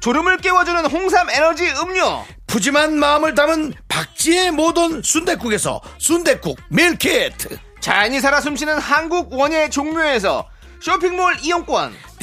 Speaker 2: 졸음을 깨워주는 홍삼 에너지 음료
Speaker 1: 푸짐한 마음을 담은 박지의 모던 순댓국에서 순댓국 밀키트
Speaker 2: 자연이 살아 숨쉬는 한국 원예 종묘에서 쇼핑몰 이용권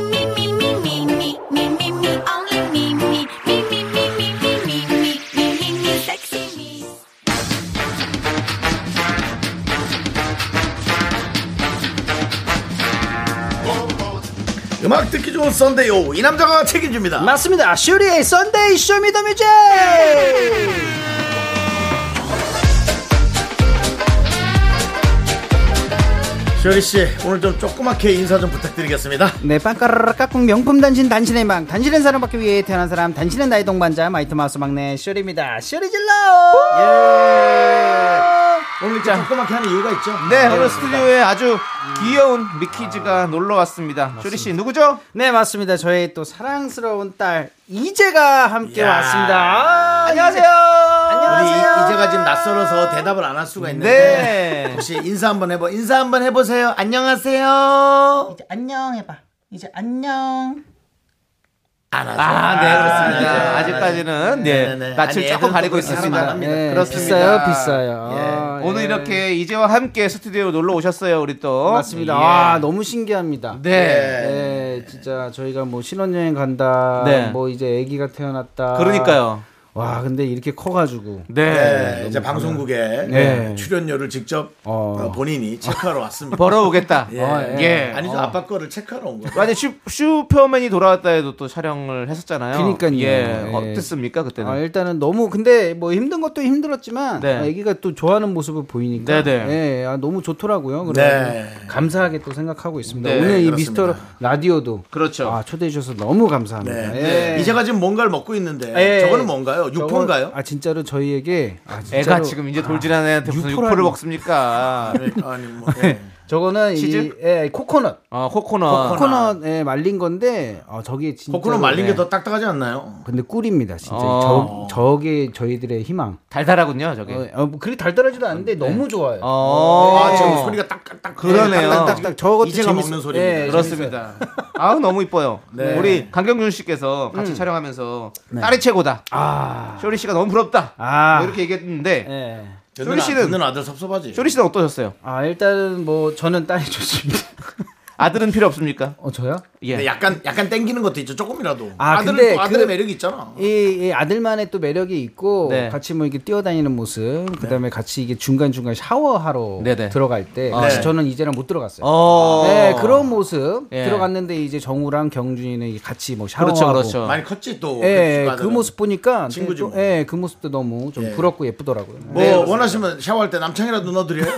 Speaker 4: me, me, me, me, me, me, me, me, only me, me, me, me, me, me, me, me, me, me, me, me, sexy me.
Speaker 1: 음악 듣기 좋은 썬데이오 이 남자가 책임집니다.
Speaker 3: 맞습니다. 슈리의 썬데이 쇼미더뮤직.
Speaker 1: 쇼리 씨 오늘 좀 조그맣게 인사 좀 부탁드리겠습니다.
Speaker 3: 네, 빵가르르 깍꿍 명품 단신 단신의 망 단신은 사랑받기 위해 태어난 사람 단신의 나의 동반자 마이트 마우스 막내 슈리입니다. 슈리 질러. 예.
Speaker 1: 오늘 이렇게 조그맣게 하는 이유가 있죠?
Speaker 2: 네 오늘 스튜디오에 아주 귀여운 미키즈가 놀러 왔습니다 쇼리씨 누구죠?
Speaker 3: 네, 맞습니다. 저의 또 사랑스러운 딸 이제가 함께
Speaker 1: 야.
Speaker 3: 왔습니다. 아,
Speaker 2: 안녕하세요
Speaker 1: 우리
Speaker 3: 안녕하세요.
Speaker 1: 이- 이제가 지금 낯설어서 대답을 안 할 수가 있는데
Speaker 2: 네
Speaker 1: 혹시 인사 한번 해보 인사 한번 해보세요. 안녕하세요.
Speaker 3: 안녕 해봐. 이제 안녕.
Speaker 1: 안 하죠.
Speaker 2: 아, 네, 그렇습니다.
Speaker 1: 네.
Speaker 2: 아직까지는, 네,
Speaker 1: 네, 네.
Speaker 2: 낯을
Speaker 1: 아니,
Speaker 2: 조금
Speaker 1: 애들은
Speaker 2: 가리고
Speaker 1: 또
Speaker 2: 있습니다.
Speaker 1: 사람 많습니다.
Speaker 3: 네,
Speaker 2: 그렇습니다.
Speaker 3: 비싸요, 비싸요.
Speaker 2: 오늘
Speaker 3: 예.
Speaker 2: 이렇게 이제와 함께 스튜디오 놀러 오셨어요, 우리 또.
Speaker 3: 맞습니다.
Speaker 2: 예.
Speaker 3: 아, 너무 신기합니다.
Speaker 2: 네.
Speaker 3: 네, 진짜 저희가 뭐 신혼여행 간다.
Speaker 2: 네.
Speaker 3: 뭐 이제 아기가 태어났다.
Speaker 2: 그러니까요.
Speaker 3: 와, 근데 이렇게 커가지고.
Speaker 2: 아. 네.
Speaker 1: 네, 이제 방송국에
Speaker 3: 네.
Speaker 1: 출연료를 직접
Speaker 3: 어.
Speaker 1: 어, 본인이 체크하러 왔습니다.
Speaker 2: 벌어오겠다.
Speaker 1: 예.
Speaker 3: 어,
Speaker 2: 예.
Speaker 1: 아니죠 아빠 거를 체크하러 온 거죠.
Speaker 2: 아니 슈, 슈퍼맨이 돌아왔다 해도 또 촬영을 했었잖아요.
Speaker 3: 그러니까요.
Speaker 2: 예.
Speaker 3: 예.
Speaker 2: 어땠습니까 그때는?
Speaker 3: 아, 일단은 너무 근데 뭐 힘든 것도 힘들었지만
Speaker 2: 네.
Speaker 3: 아기가 또 좋아하는 모습을 보이니까
Speaker 2: 네네.
Speaker 3: 예, 아, 너무 좋더라고요. 그래서
Speaker 1: 네.
Speaker 3: 감사하게 또 생각하고 있습니다.
Speaker 2: 네,
Speaker 3: 오늘 이
Speaker 1: 그렇습니다.
Speaker 3: 미스터 라디오도
Speaker 2: 그렇죠.
Speaker 3: 아, 초대해 주셔서 너무 감사합니다.
Speaker 1: 네.
Speaker 3: 예.
Speaker 1: 이제가 지금 뭔가를 먹고 있는데
Speaker 3: 예.
Speaker 1: 저거는 뭔가요?
Speaker 3: 저건-
Speaker 1: 육포인가요?
Speaker 3: 아 진짜로 저희에게 아, 진짜로-
Speaker 2: 애가 지금 이제 돌진하는 애한테 무슨
Speaker 3: 육포라니. 네.
Speaker 2: 육포를 먹습니까?
Speaker 1: 아니 뭐 예.
Speaker 2: 네.
Speaker 3: 저거는 이
Speaker 2: 치즈?
Speaker 3: 예, 코코넛
Speaker 2: 어, 코코넛.
Speaker 3: 코코넛에 예, 말린 건데 어, 저게 진짜
Speaker 1: 코코넛 말린
Speaker 2: 네.
Speaker 1: 게 더 딱딱하지 않나요?
Speaker 3: 근데 꿀입니다 진짜
Speaker 2: 어.
Speaker 3: 저, 저게 저희들의 희망
Speaker 2: 달달하군요, 저게.
Speaker 3: 어, 예. 어, 뭐 그리 달달하지도 않은데 너무 좋아요
Speaker 2: 어.
Speaker 1: 아 지금 소리가 딱딱딱
Speaker 2: 그러네요.
Speaker 3: 딱딱딱딱 저것도
Speaker 1: 이제가
Speaker 3: 재밌-
Speaker 1: 먹는 소리입니다.
Speaker 3: 예,
Speaker 2: 그렇습니다. 아우 너무 이뻐요.
Speaker 1: 네.
Speaker 2: 우리 강경준 씨께서 같이
Speaker 3: 음.
Speaker 2: 촬영하면서 딸이 최고다. 쇼리 씨가 너무 부럽다.
Speaker 3: 네. 아.
Speaker 2: 뭐 이렇게 얘기했는데
Speaker 3: 예.
Speaker 1: 듣는,
Speaker 2: 쇼리
Speaker 1: 아,
Speaker 2: 씨는
Speaker 1: 듣는 아들 섭섭하지.
Speaker 2: 쇼리 씨는 어떠셨어요?
Speaker 3: 아 일단은 뭐 저는 딸이 좋습니다
Speaker 2: 아들은 필요 없습니까?
Speaker 3: 어 저요?
Speaker 1: 근데
Speaker 2: 예.
Speaker 1: 약간 약간 땡기는 것도 있죠. 조금이라도.
Speaker 3: 아,
Speaker 1: 아, 들은
Speaker 3: 근데
Speaker 1: 또 아들의
Speaker 3: 그-
Speaker 1: 매력이 있잖아.
Speaker 2: 예.
Speaker 3: 이, 이 아들만의 또 매력이 있고
Speaker 2: 네.
Speaker 3: 같이 뭐 이렇게 뛰어다니는 모습 그다음에 같이 이게 중간 중간 샤워하러
Speaker 2: 네네.
Speaker 3: 들어갈 때
Speaker 2: 아.
Speaker 3: 같이
Speaker 1: 네.
Speaker 3: 저는 이제랑 못 들어갔어요.
Speaker 2: 어.
Speaker 3: 네 그런 모습
Speaker 2: 예.
Speaker 3: 들어갔는데 이제 정우랑 경준이는 이게 같이 뭐 샤워하고
Speaker 2: 그렇죠, 그렇죠.
Speaker 1: 많이 컸지 또. 그
Speaker 3: 예, 그
Speaker 1: 아들은.
Speaker 3: 모습 보니까
Speaker 1: 친구지
Speaker 3: 또-
Speaker 1: 뭐.
Speaker 3: 예, 그 모습도 너무 좀
Speaker 1: 예.
Speaker 3: 부럽고 예쁘더라고요. 네,
Speaker 1: 뭐
Speaker 2: 네,
Speaker 1: 원하시면 샤워할 때 남창이라도 넣어드려요.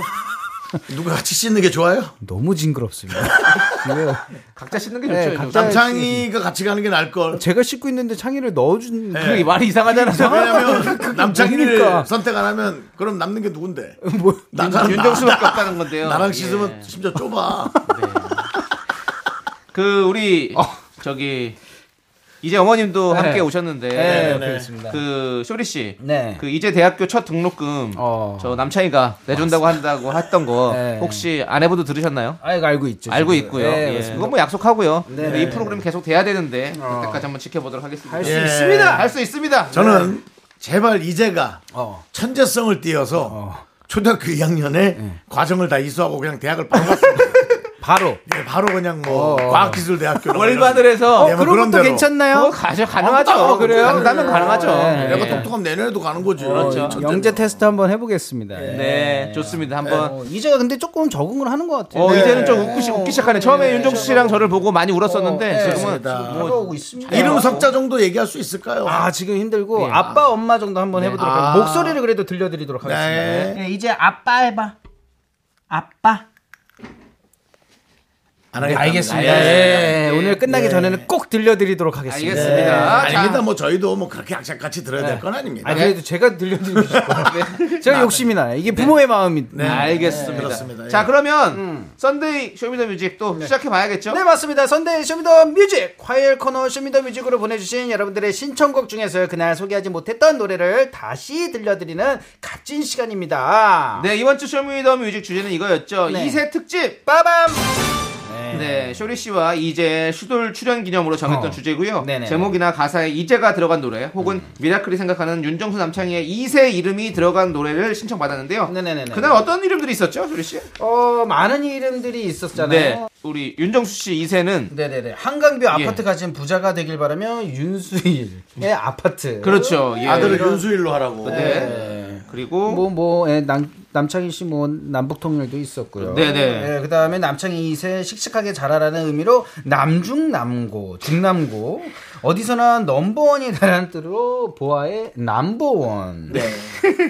Speaker 1: 누가 같이 씻는 게 좋아요?
Speaker 2: 네,
Speaker 3: 너무 징그럽습니다. 예.
Speaker 2: 각자 씻는 게
Speaker 3: 네,
Speaker 2: 좋죠.
Speaker 3: 각자-
Speaker 1: 그렇죠, 남창이가 같이 가는 게 나을 걸.
Speaker 3: 제가 씻고 있는데 창의를 넣어준
Speaker 1: 네.
Speaker 3: 네,
Speaker 2: 그게 말이 이상하잖아.
Speaker 1: 왜냐면
Speaker 3: 뭡니까?
Speaker 1: 남창이를 선택 안 하면 그럼 남는 게 누군데?
Speaker 3: 뭐
Speaker 1: 나가-
Speaker 2: 윤정수밖에
Speaker 1: 나-
Speaker 2: 없다는 건데요.
Speaker 1: 나랑
Speaker 2: 예. 네.
Speaker 1: 씻으면 심지어 좁아.
Speaker 2: 그 우리 저기 이제 어머님도
Speaker 3: 어. 네.
Speaker 2: 함께 오셨는데
Speaker 1: 네.
Speaker 3: 네, 그렇습니다.
Speaker 2: 그 쇼리 씨.
Speaker 3: 네.
Speaker 2: 그 이제 대학교 첫 등록금
Speaker 3: 어.
Speaker 2: 저 남창이가 내준다고 한다고 했던 거
Speaker 3: 네.
Speaker 2: 혹시 아내분도 들으셨나요?
Speaker 3: 아, 이거 알고 있죠.
Speaker 2: 알고
Speaker 3: 지금.
Speaker 2: 있고요.
Speaker 3: 예,
Speaker 2: 예.
Speaker 3: 그렇습니다.
Speaker 2: 그건 뭐 약속하고요.
Speaker 3: 네. 어.
Speaker 2: 이 프로그램 이 계속 돼야 되는데 그때까지 한번 지켜보도록 하겠습니다.
Speaker 3: 할수
Speaker 1: 예.
Speaker 3: 있습니다.
Speaker 2: 할 수 있습니다. 네.
Speaker 1: 저는 제발 이제가
Speaker 3: 어.
Speaker 2: 어. 예.
Speaker 1: 천재성을 띄어서 초등학교 2학년에 과정을 다 이수하고 그냥 대학을 바로 갔습니다.
Speaker 3: 바로
Speaker 1: 예, 바로 그냥 뭐
Speaker 3: 어.
Speaker 1: 과학기술대학교로
Speaker 2: 월반을에서
Speaker 1: 예, 뭐
Speaker 3: 그런
Speaker 1: 그런 대로.
Speaker 3: 것도 괜찮나요? 어,
Speaker 2: 그거 가져 가능하죠.
Speaker 1: 아,
Speaker 2: 그래요.
Speaker 1: 그렇죠.
Speaker 2: 간다면 가능하죠.
Speaker 3: 네.
Speaker 1: 내가
Speaker 2: 예.
Speaker 1: 똑똑하면 내년에도 가는 거지.
Speaker 2: 그렇죠.
Speaker 1: 천재는.
Speaker 3: 어, 영재 테스트 한번 해보겠습니다. 예.
Speaker 2: 네, 좋습니다. 한번.
Speaker 3: 어, 이제 근데 조금 적응을 하는 것 같아요.
Speaker 2: 어,
Speaker 3: 네.
Speaker 2: 이제는 좀 웃기, 웃기 시작하네. 처음에 윤종수 씨랑 저를 아, 보고 많이 울었었는데
Speaker 3: 네.
Speaker 2: 지금은
Speaker 1: 그렇습니다.
Speaker 3: 다가오고 있습니다.
Speaker 1: 뭐 아, 이름 석자 정도 얘기할 수 있을까요?
Speaker 3: 아 지금 힘들고
Speaker 2: 네.
Speaker 3: 아빠 엄마 정도 한번 해보도록
Speaker 1: 아.
Speaker 3: 하겠습니다. 목소리를 그래도 들려드리도록 하겠습니다.
Speaker 1: 네.
Speaker 3: 네, 이제 아빠 해봐. 아빠.
Speaker 1: 안 하겠다.
Speaker 2: 네.
Speaker 3: 알겠습니다. 예, 오늘 끝나기 전에는 꼭 들려드리도록 하겠습니다. 네.
Speaker 2: 알겠습니다. 예. 자,
Speaker 1: 아닙니다. 뭐 저희도 뭐 그렇게 악착같이 들어야 될 건 아닙니다.
Speaker 3: 아 그래도 제가 들려드리고 싶어요. 제가 욕심이 나요. 이게 부모의 마음입니다. 네.
Speaker 2: 네. 알겠습니다.
Speaker 1: 그렇습니다. 예.
Speaker 2: 자, 그러면
Speaker 3: 음.
Speaker 2: 썬데이 쇼미더뮤직
Speaker 3: 네.
Speaker 2: 또 시작해 봐야겠죠?
Speaker 3: 맞습니다. 선데이 쇼미더 뮤직 화요일 코너 쇼미더 뮤직으로 보내주신 여러분들의 신청곡 중에서 그날 소개하지 못했던 노래를 다시 들려드리는 값진 시간입니다.
Speaker 2: 네, 이번 주 쇼미더뮤직 주제는 이거였죠.
Speaker 3: 네.
Speaker 2: 이 2세 특집 빠밤. 네, 쇼리 씨와 이제 슈돌 출연 기념으로 정했던
Speaker 3: 어.
Speaker 2: 주제고요.
Speaker 3: 네네. 음.
Speaker 2: 제목이나 가사에 이제가 들어간 노래 혹은 미라클이 생각하는 윤정수 남창희의 2세 이름이 들어간 노래를 신청받았는데요.
Speaker 3: 네네네네.
Speaker 2: 그날 어떤 이름들이 있었죠, 쇼리 씨?
Speaker 3: 어, 많은 이름들이 있었잖아요.
Speaker 2: 네. 우리 윤정수 씨 2세는
Speaker 3: 네네네. 한강뷰
Speaker 2: 예.
Speaker 3: 아파트 가진 부자가 되길 바라며 윤수일의 네, 아파트.
Speaker 2: 그렇죠. 예.
Speaker 1: 아들을 윤수일로 하라고.
Speaker 2: 네. 그리고
Speaker 3: 뭐, 뭐, 예, 남, 남창희 씨, 뭐, 남북통일도 있었고요.
Speaker 2: 네네.
Speaker 3: 그 다음에 남창희 이세 씩씩하게 자라라는 의미로 남중남고, 중남고, 어디서나 넘버원이라는 뜻으로 보아의 남보원. 네.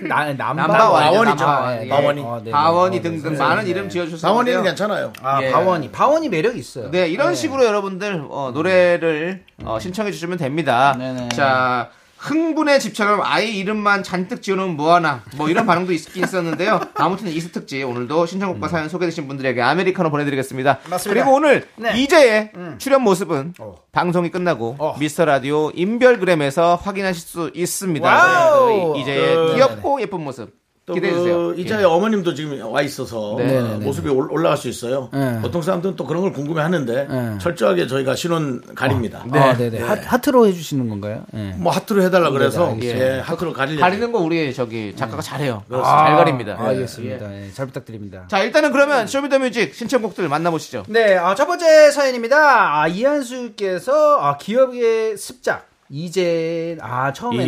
Speaker 3: 나, 남바원.
Speaker 2: 남바원이죠, 아,
Speaker 3: 남바원.
Speaker 2: 남바원.
Speaker 3: 예.
Speaker 1: 바원이.
Speaker 3: 어, 네네.
Speaker 2: 바원이
Speaker 3: 어,
Speaker 2: 등등
Speaker 3: 네.
Speaker 2: 많은 이름 지어주셨어요.
Speaker 1: 사원이는 괜찮아요.
Speaker 3: 아,
Speaker 2: 예.
Speaker 3: 바원이. 바원이 매력이 있어요.
Speaker 2: 네, 이런 식으로 여러분들 어, 노래를 어, 신청해 주시면 됩니다.
Speaker 3: 네네.
Speaker 2: 자, 흥분의 집처럼 아이 이름만 잔뜩 지어놓은 뭐하나 뭐 이런 반응도 있긴 있었는데요. 아무튼 이스 특집 오늘도 신청곡과 사연 소개되신 분들에게 아메리카노 보내드리겠습니다.
Speaker 3: 음. 맞습니다.
Speaker 2: 그리고 오늘
Speaker 3: 네.
Speaker 2: 이제의 출연 모습은 방송이 끝나고
Speaker 3: 어.
Speaker 2: 미스터 라디오 인별그램에서 확인하실 수 있습니다.
Speaker 3: 와우. 네,
Speaker 2: 그 이제의
Speaker 1: 그-
Speaker 2: 귀엽고 예쁜 모습
Speaker 1: 또
Speaker 2: 기대해 주세요. 예.
Speaker 1: 그 이자의 어머님도 지금 와 있어서
Speaker 2: 네. 예.
Speaker 1: 어, 모습이 올- 올라갈 수 있어요.
Speaker 3: 네.
Speaker 1: 보통 사람들은 또 그런 걸 궁금해하는데
Speaker 3: 네.
Speaker 1: 철저하게 저희가 신혼 가립니다.
Speaker 2: 아,
Speaker 1: 아,
Speaker 3: 네, 네, 네. 하트로 해주시는 건가요? 예.
Speaker 1: 뭐 하트로 해달라 그래서
Speaker 2: 네, 알겠습니다.
Speaker 1: 예, 하트로 가리려.
Speaker 2: 가리는 거 우리 저기 작가가 잘해요. 잘 가립니다.
Speaker 3: 아, 알겠습니다. 예, 잘 부탁드립니다.
Speaker 2: 자 일단은 그러면 쇼미더뮤직 신청곡들 만나보시죠.
Speaker 3: 네, 아, 첫 번째 사연입니다. 아, 이한수께서 아, 기업의 습작. 이제 아 처음에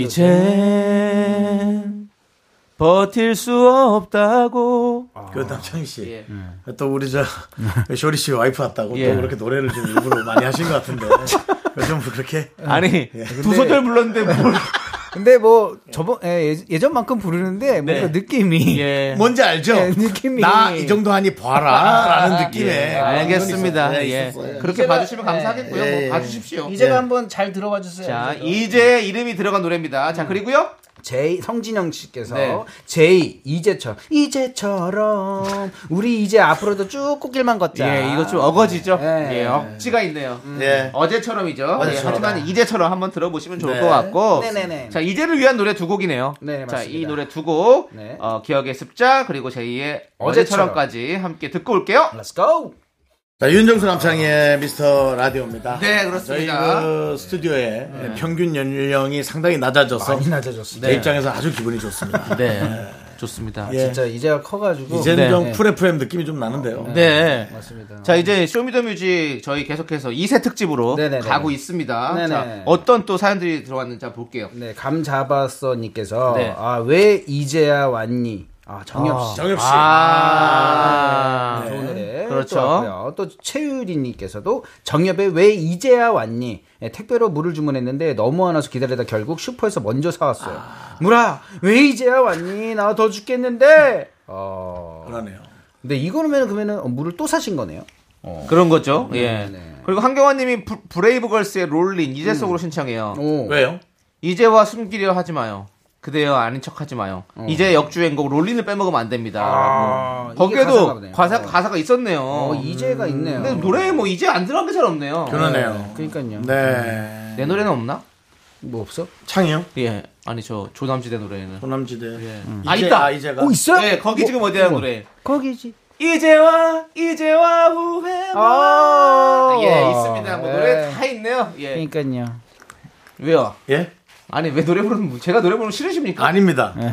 Speaker 2: 이젠 버틸 수 없다고
Speaker 1: 그 남창희 씨. 음.
Speaker 2: 예.
Speaker 1: 또 우리 저 쇼리 씨 와이프 같다고
Speaker 2: 예.
Speaker 1: 또 그렇게 노래를 좀 일부러 많이 하신 것 같은데 요즘 그렇게
Speaker 2: 네.
Speaker 1: 예.
Speaker 2: 아니 두 소절 불렀는데 뭐. 뭘
Speaker 3: 근데 뭐 저번 예, 전만큼 부르는데 뭔가 느낌이
Speaker 2: 네. 예.
Speaker 1: 뭔지 알죠?
Speaker 3: 예, 느낌이.
Speaker 1: 나 이 정도 하니 봐라라는 느낌에
Speaker 2: 예,
Speaker 1: 그런
Speaker 2: 알겠습니다.
Speaker 1: 건 아, 있었어요.
Speaker 2: 예.
Speaker 1: 있었어요.
Speaker 2: 그렇게 봐주시면 감사하겠고요.
Speaker 1: 예,
Speaker 2: 뭐
Speaker 1: 예. 음.
Speaker 2: 봐주십시오.
Speaker 3: 이제가 한번 잘 들어봐 주세요.
Speaker 2: 자 이제 이름이 들어간 노래입니다. 자 그리고요
Speaker 3: 제이 성진영 씨께서
Speaker 2: 네.
Speaker 3: 제이 이제처럼 이제처럼 우리 이제 앞으로도 쭉 꽃길만 걷자.
Speaker 2: 예 이거 좀 어거지죠.
Speaker 3: 예.
Speaker 2: 예, 억지가 있네요. 음.
Speaker 1: 예.
Speaker 2: 어제처럼이죠.
Speaker 1: 어제처럼.
Speaker 2: 예, 하지만 이제처럼 한번 들어보시면 좋을
Speaker 1: 네.
Speaker 2: 것 같고.
Speaker 3: 네네네.
Speaker 2: 자, 이제를 위한 노래 두 곡이네요.
Speaker 3: 네,
Speaker 2: 자,
Speaker 3: 맞습니다.
Speaker 2: 이 노래 두 곡.
Speaker 3: 네.
Speaker 2: 어, 기억의 습자, 그리고 제2의 어제처럼까지 함께 듣고 올게요.
Speaker 3: Let's go.
Speaker 1: 자, 윤정수 남창의 미스터 라디오입니다.
Speaker 2: 네,
Speaker 1: 저희
Speaker 2: 그렇습니다. 네.
Speaker 1: 그 스튜디오에 평균 연령이 상당히 낮아져서
Speaker 3: 많이 낮아졌습니다.
Speaker 1: 제 입장에서 아주 기분이 좋습니다.
Speaker 2: 네. 좋습니다.
Speaker 1: 예.
Speaker 3: 진짜 이제가 커가지고
Speaker 1: 이제는
Speaker 2: 네.
Speaker 1: 좀 프레프엠 느낌이 좀 나는데요.
Speaker 2: 네.
Speaker 3: 맞습니다.
Speaker 2: 자, 이제 쇼미더뮤직 저희 계속해서 2세 특집으로
Speaker 3: 네네네.
Speaker 2: 가고 있습니다.
Speaker 3: 네네.
Speaker 2: 자, 어떤 또 사연들이 들어왔는지 한번 볼게요.
Speaker 3: 네, 감 잡았어 님께서
Speaker 2: 네.
Speaker 3: 아, 왜 이제야 왔니? 아, 정엽 씨.
Speaker 1: 정엽 씨.
Speaker 2: 아,
Speaker 3: 좋은 노래.
Speaker 2: 그렇죠.
Speaker 3: 네, 또, 왔고요. 또 최유리 님께서도 정엽의 왜 이제야 왔니? 예, 택배로 물을 주문했는데 너무 안 와서 기다리다 결국 슈퍼에서 먼저 사왔어요. 물아, 왜 이제야 왔니? 나 더 죽겠는데. 어.
Speaker 1: 그러네요.
Speaker 3: 근데 이거면 그러면은 어, 물을 또 사신 거네요.
Speaker 2: 그런 거죠. 예. 그리고 한경화 님이 브- 브레이브걸스의 롤링 이제 속으로 신청해요.
Speaker 3: 음. 오.
Speaker 1: 왜요?
Speaker 2: 이제와 숨기려 하지 마요. 그대여 아닌 척 하지 마요. 이제 역주행곡 롤린을 빼먹으면 안 됩니다. 라고.
Speaker 3: 어. 아, 이게 가사가
Speaker 2: 아, 거기에도
Speaker 3: 보네요.
Speaker 2: 가사,
Speaker 3: 어.
Speaker 2: 가사가 있었네요.
Speaker 3: 어, 이제가 있네요.
Speaker 2: 근데 노래에 뭐 이제 안 들어간 게 잘 없네요.
Speaker 1: 그러네요.
Speaker 3: 그러니까요.
Speaker 1: 네.
Speaker 2: 내 노래는 없나?
Speaker 3: 뭐 없어?
Speaker 1: 창이요?
Speaker 2: 예. 아니, 저 조남지대 노래는.
Speaker 1: 호남지대. 이제,
Speaker 2: 아, 있다.
Speaker 1: 이제가.
Speaker 3: 오, 있어요? 뭐-
Speaker 2: 예, 거기 지금 어디야, 노래.
Speaker 3: 거기지.
Speaker 2: 이제와, 이제와 후회. 뭐.
Speaker 3: 아,
Speaker 2: 예, 있습니다. 뭐 노래 다 있네요. 예.
Speaker 3: 그러니까요.
Speaker 2: 왜요?
Speaker 1: 예?
Speaker 2: 아니, 왜 노래 부르는, 제가 노래 부르면 싫으십니까?
Speaker 1: 아닙니다.
Speaker 2: 네.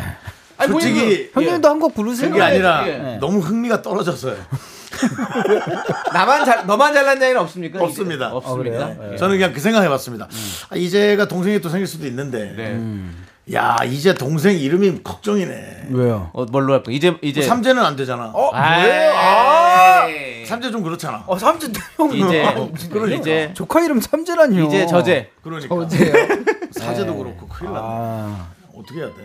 Speaker 2: 아니, 뭐 본인도-
Speaker 1: 솔직히
Speaker 3: 형님도 한 곡 부르세요.
Speaker 1: 그게 아니라
Speaker 2: 예.
Speaker 1: 너무 흥미가 떨어져서요.
Speaker 2: 나만 잘, 너만 잘난 자는 없습니까?
Speaker 1: 없습니다.
Speaker 2: 없습니다.
Speaker 3: 그래요?
Speaker 2: 예.
Speaker 1: 저는 그냥 그 생각해봤습니다.
Speaker 3: 음.
Speaker 1: 아, 이제가 동생이 또 생길 수도 있는데, 음.
Speaker 2: 네.
Speaker 1: 야 이제 동생 이름이 걱정이네.
Speaker 3: 왜요?
Speaker 2: 어, 뭘로 할까? 이제 이제
Speaker 1: 뭐 삼재는 안 되잖아.
Speaker 3: 네.
Speaker 1: 네.
Speaker 3: 어, 뭐예요?
Speaker 2: 아,
Speaker 1: 삼재 좀 그렇잖아.
Speaker 3: 어, 삼재도 형.
Speaker 2: 이제
Speaker 1: 그러니까.
Speaker 2: 이제
Speaker 3: 조카 이름 삼재라니요.
Speaker 2: 이제 저제
Speaker 1: 그러니까
Speaker 3: 저제요.
Speaker 1: 사재도 그렇고 큰일 났네.
Speaker 3: 어, 아.
Speaker 1: 어떻게 해야 돼?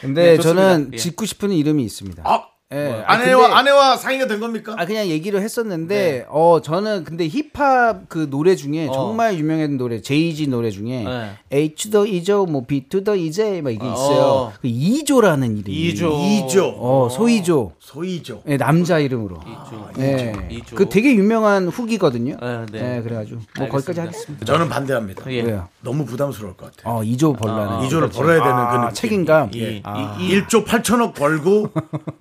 Speaker 3: 근데
Speaker 2: 네, 좋습니다.
Speaker 3: 저는
Speaker 2: 예.
Speaker 3: 짓고 싶은 이름이 있습니다.
Speaker 1: 아,
Speaker 3: 예. 아,
Speaker 1: 아내와
Speaker 3: 근데-
Speaker 1: 아내와 상의가 된 겁니까?
Speaker 3: 아 그냥 얘기를 했었는데 어 저는 근데 힙합 그 노래 중에
Speaker 2: 어.
Speaker 3: 정말 유명한 노래 제이지 노래 중에
Speaker 2: 네.
Speaker 3: H 더 이조 뭐 B 투더 이제 막 이게
Speaker 2: 어.
Speaker 3: 있어요. 그 이조라는 이름.
Speaker 2: 이조.
Speaker 1: 이조,
Speaker 3: 어 소이조.
Speaker 1: 소이조.
Speaker 3: 예, 남자 이름으로.
Speaker 2: 이쪽.
Speaker 3: 예.
Speaker 2: 이조.
Speaker 3: 그 되게 유명한 후기거든요.
Speaker 2: 아, 네.
Speaker 3: 예, 그래가지고 뭐 거기까지 하겠습니다.
Speaker 1: 저는 반대합니다.
Speaker 2: 예.
Speaker 3: 왜요?
Speaker 1: 너무 부담스러울 것 같아. 요
Speaker 3: 어 이조 벌라는.
Speaker 1: 이조를 벌어야 되는 그
Speaker 3: 아,
Speaker 1: 느낌.
Speaker 3: 책임감. 아.
Speaker 1: 예. 일 1조 8천억 벌고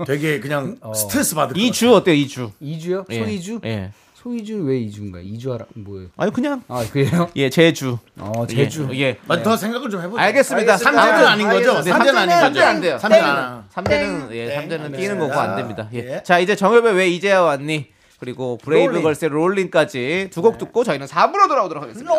Speaker 1: 되게 그냥
Speaker 3: 어.
Speaker 1: 스트레스 받을 것 같아.
Speaker 2: 이주 어때요? 이주.
Speaker 3: 이주요?
Speaker 2: 예.
Speaker 3: 소이주?
Speaker 2: 예.
Speaker 3: 소이주 왜 이주인가? 이주하라 뭐예요?
Speaker 2: 아니 그냥
Speaker 3: 아 그래요?
Speaker 2: 예, 제주.
Speaker 3: 어 제주.
Speaker 2: 예. 예.
Speaker 1: 아, 더 생각을 좀 해보자.
Speaker 2: 알겠습니다.
Speaker 1: 삼재는 아닌 거죠?
Speaker 2: 네,
Speaker 1: 삼재는 아닌 거죠?
Speaker 2: 삼재는 안 돼요.
Speaker 1: 삼재는
Speaker 2: 삼재는-
Speaker 1: 안-
Speaker 2: 삼재는 예, 삼재는
Speaker 1: 네.
Speaker 2: 뛰는 거고 안 됩니다. 예.
Speaker 1: 예.
Speaker 2: 자, 이제 정엽의 왜 이제야 왔니? 그리고 브레이브걸스의 롤링까지 두 곡 듣고 저희는 4부로 돌아오도록 하겠습니다.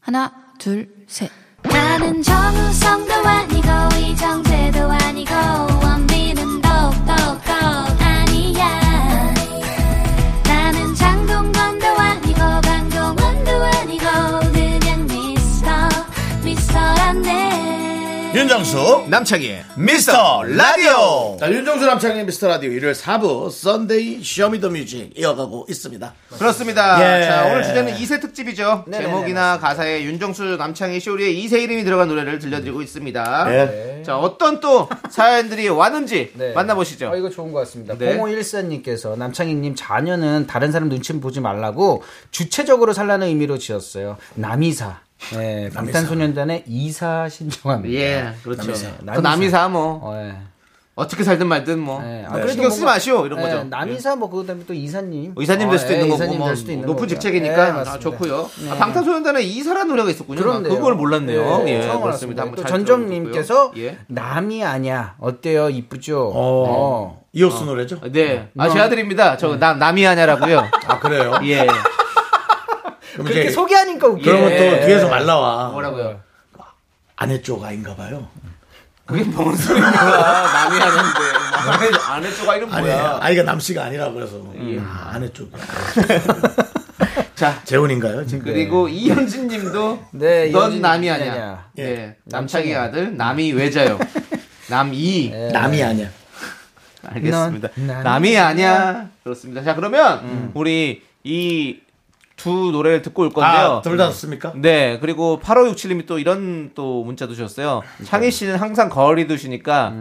Speaker 6: 하나, 둘, 셋.
Speaker 4: 나는 정우성도 아니고 이정재도 아니고 원빈은 더욱더 아니야 나는 장동건도 아니고 강동원도 아니고 그냥 미스터 미스터란데
Speaker 1: 윤정수
Speaker 2: 남창희의
Speaker 1: 미스터 라디오 자, 윤정수 남창의 미스터 라디오 일요일 4부 썬데이 쇼미더뮤직 이어가고 있습니다
Speaker 2: 그렇습니다.
Speaker 1: 예.
Speaker 2: 자, 오늘 주제는 2세 특집이죠.
Speaker 3: 네네네,
Speaker 2: 제목이나 가사에 윤정수, 남창희, 쇼리의 2세 이름이 들어간 노래를 들려드리고 있습니다. 자, 어떤 또 사연들이 왔는지
Speaker 3: 네.
Speaker 2: 만나보시죠.
Speaker 3: 아, 이거 좋은 것 같습니다.
Speaker 2: 네.
Speaker 3: 0514님께서 남창희님 자녀는 다른 사람 눈치 보지 말라고 주체적으로 살라는 의미로 지었어요. 남이사. 네, 방탄소년단의 이사 신청합니다.
Speaker 2: 예, 그렇죠.
Speaker 1: 남이사.
Speaker 2: 남이사. 또 남이사 뭐
Speaker 3: 어, 예.
Speaker 2: 어떻게 살든 말든 뭐
Speaker 3: 네. 아,
Speaker 2: 뭐
Speaker 3: 그래도
Speaker 2: 신경 쓰지
Speaker 3: 뭔가-
Speaker 2: 마시오 이런
Speaker 3: 예,
Speaker 2: 거죠.
Speaker 3: 남이사 뭐 그것 때문에 또 이사님.
Speaker 2: 뭐 이사님
Speaker 3: 어,
Speaker 2: 될 수도
Speaker 3: 예,
Speaker 2: 있는 거고
Speaker 3: 이사님
Speaker 2: 뭐
Speaker 3: 될 수도 있는
Speaker 2: 높은
Speaker 3: 거고요.
Speaker 2: 직책이니까
Speaker 3: 예,
Speaker 2: 아,
Speaker 3: 맞습니다.
Speaker 2: 좋고요.
Speaker 3: 네.
Speaker 2: 아, 방탄소년단의 이사라는 노래가 있었군요. 나
Speaker 3: 그런데요.
Speaker 2: 그걸 몰랐네요.
Speaker 3: 예,
Speaker 2: 예,
Speaker 3: 처음
Speaker 2: 그렇습니다.
Speaker 3: 알았습니다.
Speaker 2: 한번
Speaker 3: 또
Speaker 2: 잘
Speaker 3: 전정님께서
Speaker 2: 들어보고요. 예.
Speaker 3: 남이 아니야. 어때요? 이쁘죠?
Speaker 1: 어.
Speaker 3: 어.
Speaker 1: 이호수 노래죠?
Speaker 2: 네, 아, 제 아들입니다.
Speaker 3: 네.
Speaker 2: 저 남, 남이 아냐라고요.
Speaker 1: 아 그래요?
Speaker 2: 예.
Speaker 1: 그럼
Speaker 3: 그렇게
Speaker 1: 이제
Speaker 3: 네. 소개하니까 웃겨.
Speaker 1: 네. 그러면 또 뒤에서 말 나와
Speaker 2: 예.
Speaker 3: 네.
Speaker 2: 뭐라고요?
Speaker 1: 아내 쪽 아닌가 봐요
Speaker 2: 그게 뭔 소리입니까? 남이 하는데. 아내 쪽아 이름
Speaker 1: 아니
Speaker 2: 뭐야? 예.
Speaker 1: 아이가 남씨가 아니라 그래서 아, 아내 쪽
Speaker 2: 자,
Speaker 1: 재훈인가요 지금?
Speaker 2: 그리고 이현진 님도
Speaker 3: 네,
Speaker 2: 넌
Speaker 3: 이현진 네.
Speaker 2: 남이 아냐.
Speaker 3: 아니야.
Speaker 2: 예.
Speaker 1: 예.
Speaker 2: 남창희 아들 남이 외자요. 남이.
Speaker 3: 네.
Speaker 1: 남이 아니야
Speaker 2: 알겠습니다.
Speaker 3: 넌 남이
Speaker 2: 남이 아니야. 음. 그렇습니다. 자, 그러면 우리 이 두 노래를 듣고 올 건데요.
Speaker 1: 아 둘 다 좋습니까?
Speaker 2: 네, 그리고 8567님이 또 이런 또 문자도 주셨어요. 음. 창희 씨는 항상 거리 두시니까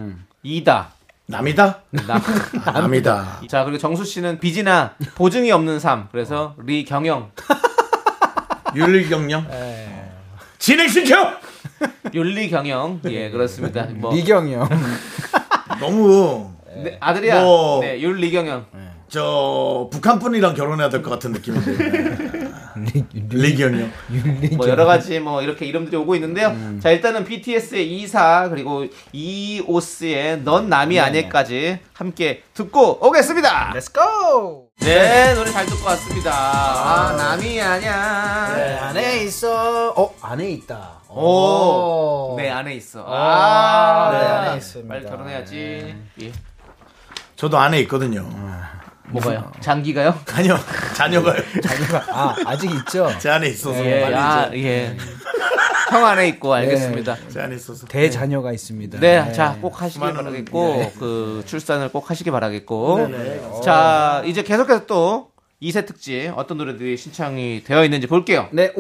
Speaker 2: 이다.
Speaker 1: 남이다?
Speaker 2: 남.
Speaker 1: 아, 남이다
Speaker 2: 자, 그리고 정수 씨는 빚이나 보증이 없는 삶. 그래서 리경영.
Speaker 1: 윤리경영
Speaker 2: 네.
Speaker 1: 진행시켜!
Speaker 2: 윤리경영. 예, 그렇습니다. 뭐
Speaker 3: 미경이요.
Speaker 1: 너무
Speaker 2: 네, 아들이야.
Speaker 1: 뭐.
Speaker 2: 네, 윤리경영.
Speaker 1: 저 북한 분이랑 결혼해야 될 것 같은 느낌인데 리경영
Speaker 2: 뭐
Speaker 3: 그렇죠.
Speaker 2: 여러 가지 뭐 이렇게 이름들이 오고 있는데요.
Speaker 3: 음.
Speaker 2: 자 일단은 BTS의 이사 그리고 이오스의 넌
Speaker 3: 네.
Speaker 2: 남이 아닐까지 함께 듣고 오겠습니다.
Speaker 3: Let's go!
Speaker 2: 네 노래 잘 듣고 왔습니다. 아, 남이 아니야.
Speaker 3: 네, 안에 있어. 어, 안에 있다.
Speaker 2: 오.
Speaker 3: 오.
Speaker 2: 내 네, 안에 있어. 아,
Speaker 3: 네, 안에 있습니다.
Speaker 2: 빨리 결혼해야지. 예.
Speaker 1: 저도 안에 있거든요
Speaker 2: 뭐가요? 장기가요?
Speaker 1: 아니요 자녀가요
Speaker 3: 아, 아직 있죠?
Speaker 1: 제 안에 있어서
Speaker 2: 예,
Speaker 1: 말이죠.
Speaker 2: 아, 예. 형 안에 있고
Speaker 3: 네.
Speaker 2: 알겠습니다.
Speaker 1: 제 안에 있어서
Speaker 3: 대자녀가 있습니다.
Speaker 2: 네, 자, 꼭 하시길
Speaker 1: 수많은-
Speaker 2: 바라겠고, 그, 출산을 꼭 하시길 바라겠고. 자, 이제 계속해서 또 2세 특집 어떤 노래들이 신청이 되어 있는지 볼게요.
Speaker 3: 네,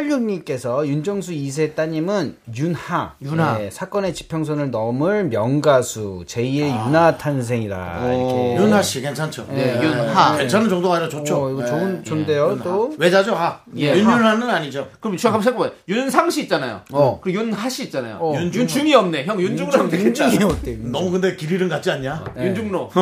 Speaker 3: 5386님께서 윤정수 2세 따님은 윤하.
Speaker 2: 윤하.
Speaker 3: 네, 사건의 지평선을 넘을 명가수 제2의 윤하 탄생이다.
Speaker 2: 오.
Speaker 3: 이렇게.
Speaker 1: 윤하 씨 괜찮죠?
Speaker 2: 네, 윤하.
Speaker 1: 괜찮은 정도가 아니라 좋죠.
Speaker 3: 어, 이거
Speaker 1: 네.
Speaker 3: 좋은, 좋은데요, 또.
Speaker 1: 외자죠 하.
Speaker 2: 예,
Speaker 1: 윤윤하는 아니죠.
Speaker 2: 그럼 제가 한번 생각해봐요. 윤상 씨 있잖아요.
Speaker 3: 어.
Speaker 2: 그리고 윤하 씨 있잖아요.
Speaker 3: 어.
Speaker 2: 윤중. 윤중이 없네. 형 윤중으로 하면 되겠다.
Speaker 3: 윤중이 어때요? 윤중?
Speaker 1: 너무 근데 길 잃은 같지 않냐?
Speaker 2: 아. 윤중로.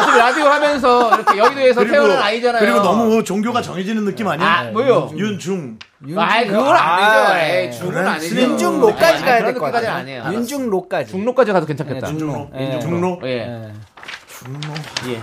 Speaker 2: 어차피 라디오 하면서 이렇게 여의도에서 태어난 아이잖아요.
Speaker 1: 그리고 너무 종교가 정해지는 느낌 아니야?
Speaker 2: 아, 뭐요?
Speaker 1: 윤중.
Speaker 2: 아, 그건 아니죠. 에이, 중은
Speaker 1: 그래?
Speaker 2: 아니죠. 네,
Speaker 3: 윤중로까지
Speaker 2: 아니,
Speaker 3: 가야
Speaker 2: 그런
Speaker 3: 될 것
Speaker 2: 느낌까지는
Speaker 3: 같아요.
Speaker 2: 아니에요.
Speaker 3: 윤중로까지.
Speaker 2: 중로까지 가도 괜찮겠다.
Speaker 1: 중로.
Speaker 2: 예.
Speaker 1: 중로.
Speaker 2: 예.
Speaker 1: 예.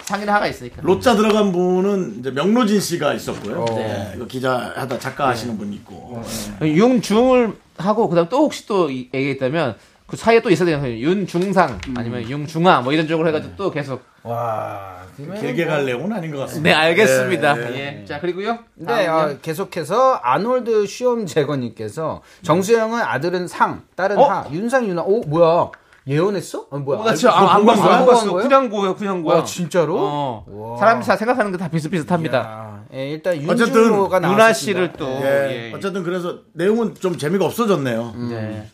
Speaker 2: 상의는 하가 있으니까.
Speaker 1: 로짜 들어간 분은 이제 명로진 씨가 있었고요. 네. 이거 기자 하다 작가 하시는 분 있고.
Speaker 2: 융중을 하고 그다음 또 혹시 또 이- 얘기했다면 그 사이에 또 있어야 되는 거예요. 윤중상 아니면 융중하 뭐 이런 쪽으로 해가지고
Speaker 3: 네.
Speaker 2: 또 계속.
Speaker 3: 와. 그러면
Speaker 1: 네. 길게 갈 내용은 아닌 것 같습니다.
Speaker 2: 네 알겠습니다.
Speaker 1: 네, 네.
Speaker 2: 예. 자 그리고요.
Speaker 3: 네,
Speaker 2: 다음은요.
Speaker 3: 아, 계속해서 아놀드 시험 재건님께서 정수영은 아들은 상, 딸은
Speaker 2: 어?
Speaker 3: 하, 윤상 윤하. 오 뭐야? 예언했어? 아, 뭐야?
Speaker 2: 어, 나 진짜
Speaker 3: 알고 있어.
Speaker 2: 안, 안
Speaker 3: 그거 본
Speaker 2: 봤어.
Speaker 3: 거야?
Speaker 2: 안
Speaker 3: 본
Speaker 2: 봤어.
Speaker 3: 거야?
Speaker 2: 그냥 고요, 그냥 고요.
Speaker 3: 와 진짜로?
Speaker 2: 어.
Speaker 3: 와.
Speaker 2: 사람이 다 생각하는 게 다 비슷비슷합니다.
Speaker 3: 야, 예, 일단
Speaker 1: 어쨌든
Speaker 3: 윤준호가 나왔습니다.
Speaker 2: 누나 씨를 또.
Speaker 1: 예.
Speaker 2: 예.
Speaker 1: 어쨌든 그래서 내용은 좀 재미가 없어졌네요. 음.
Speaker 2: 네.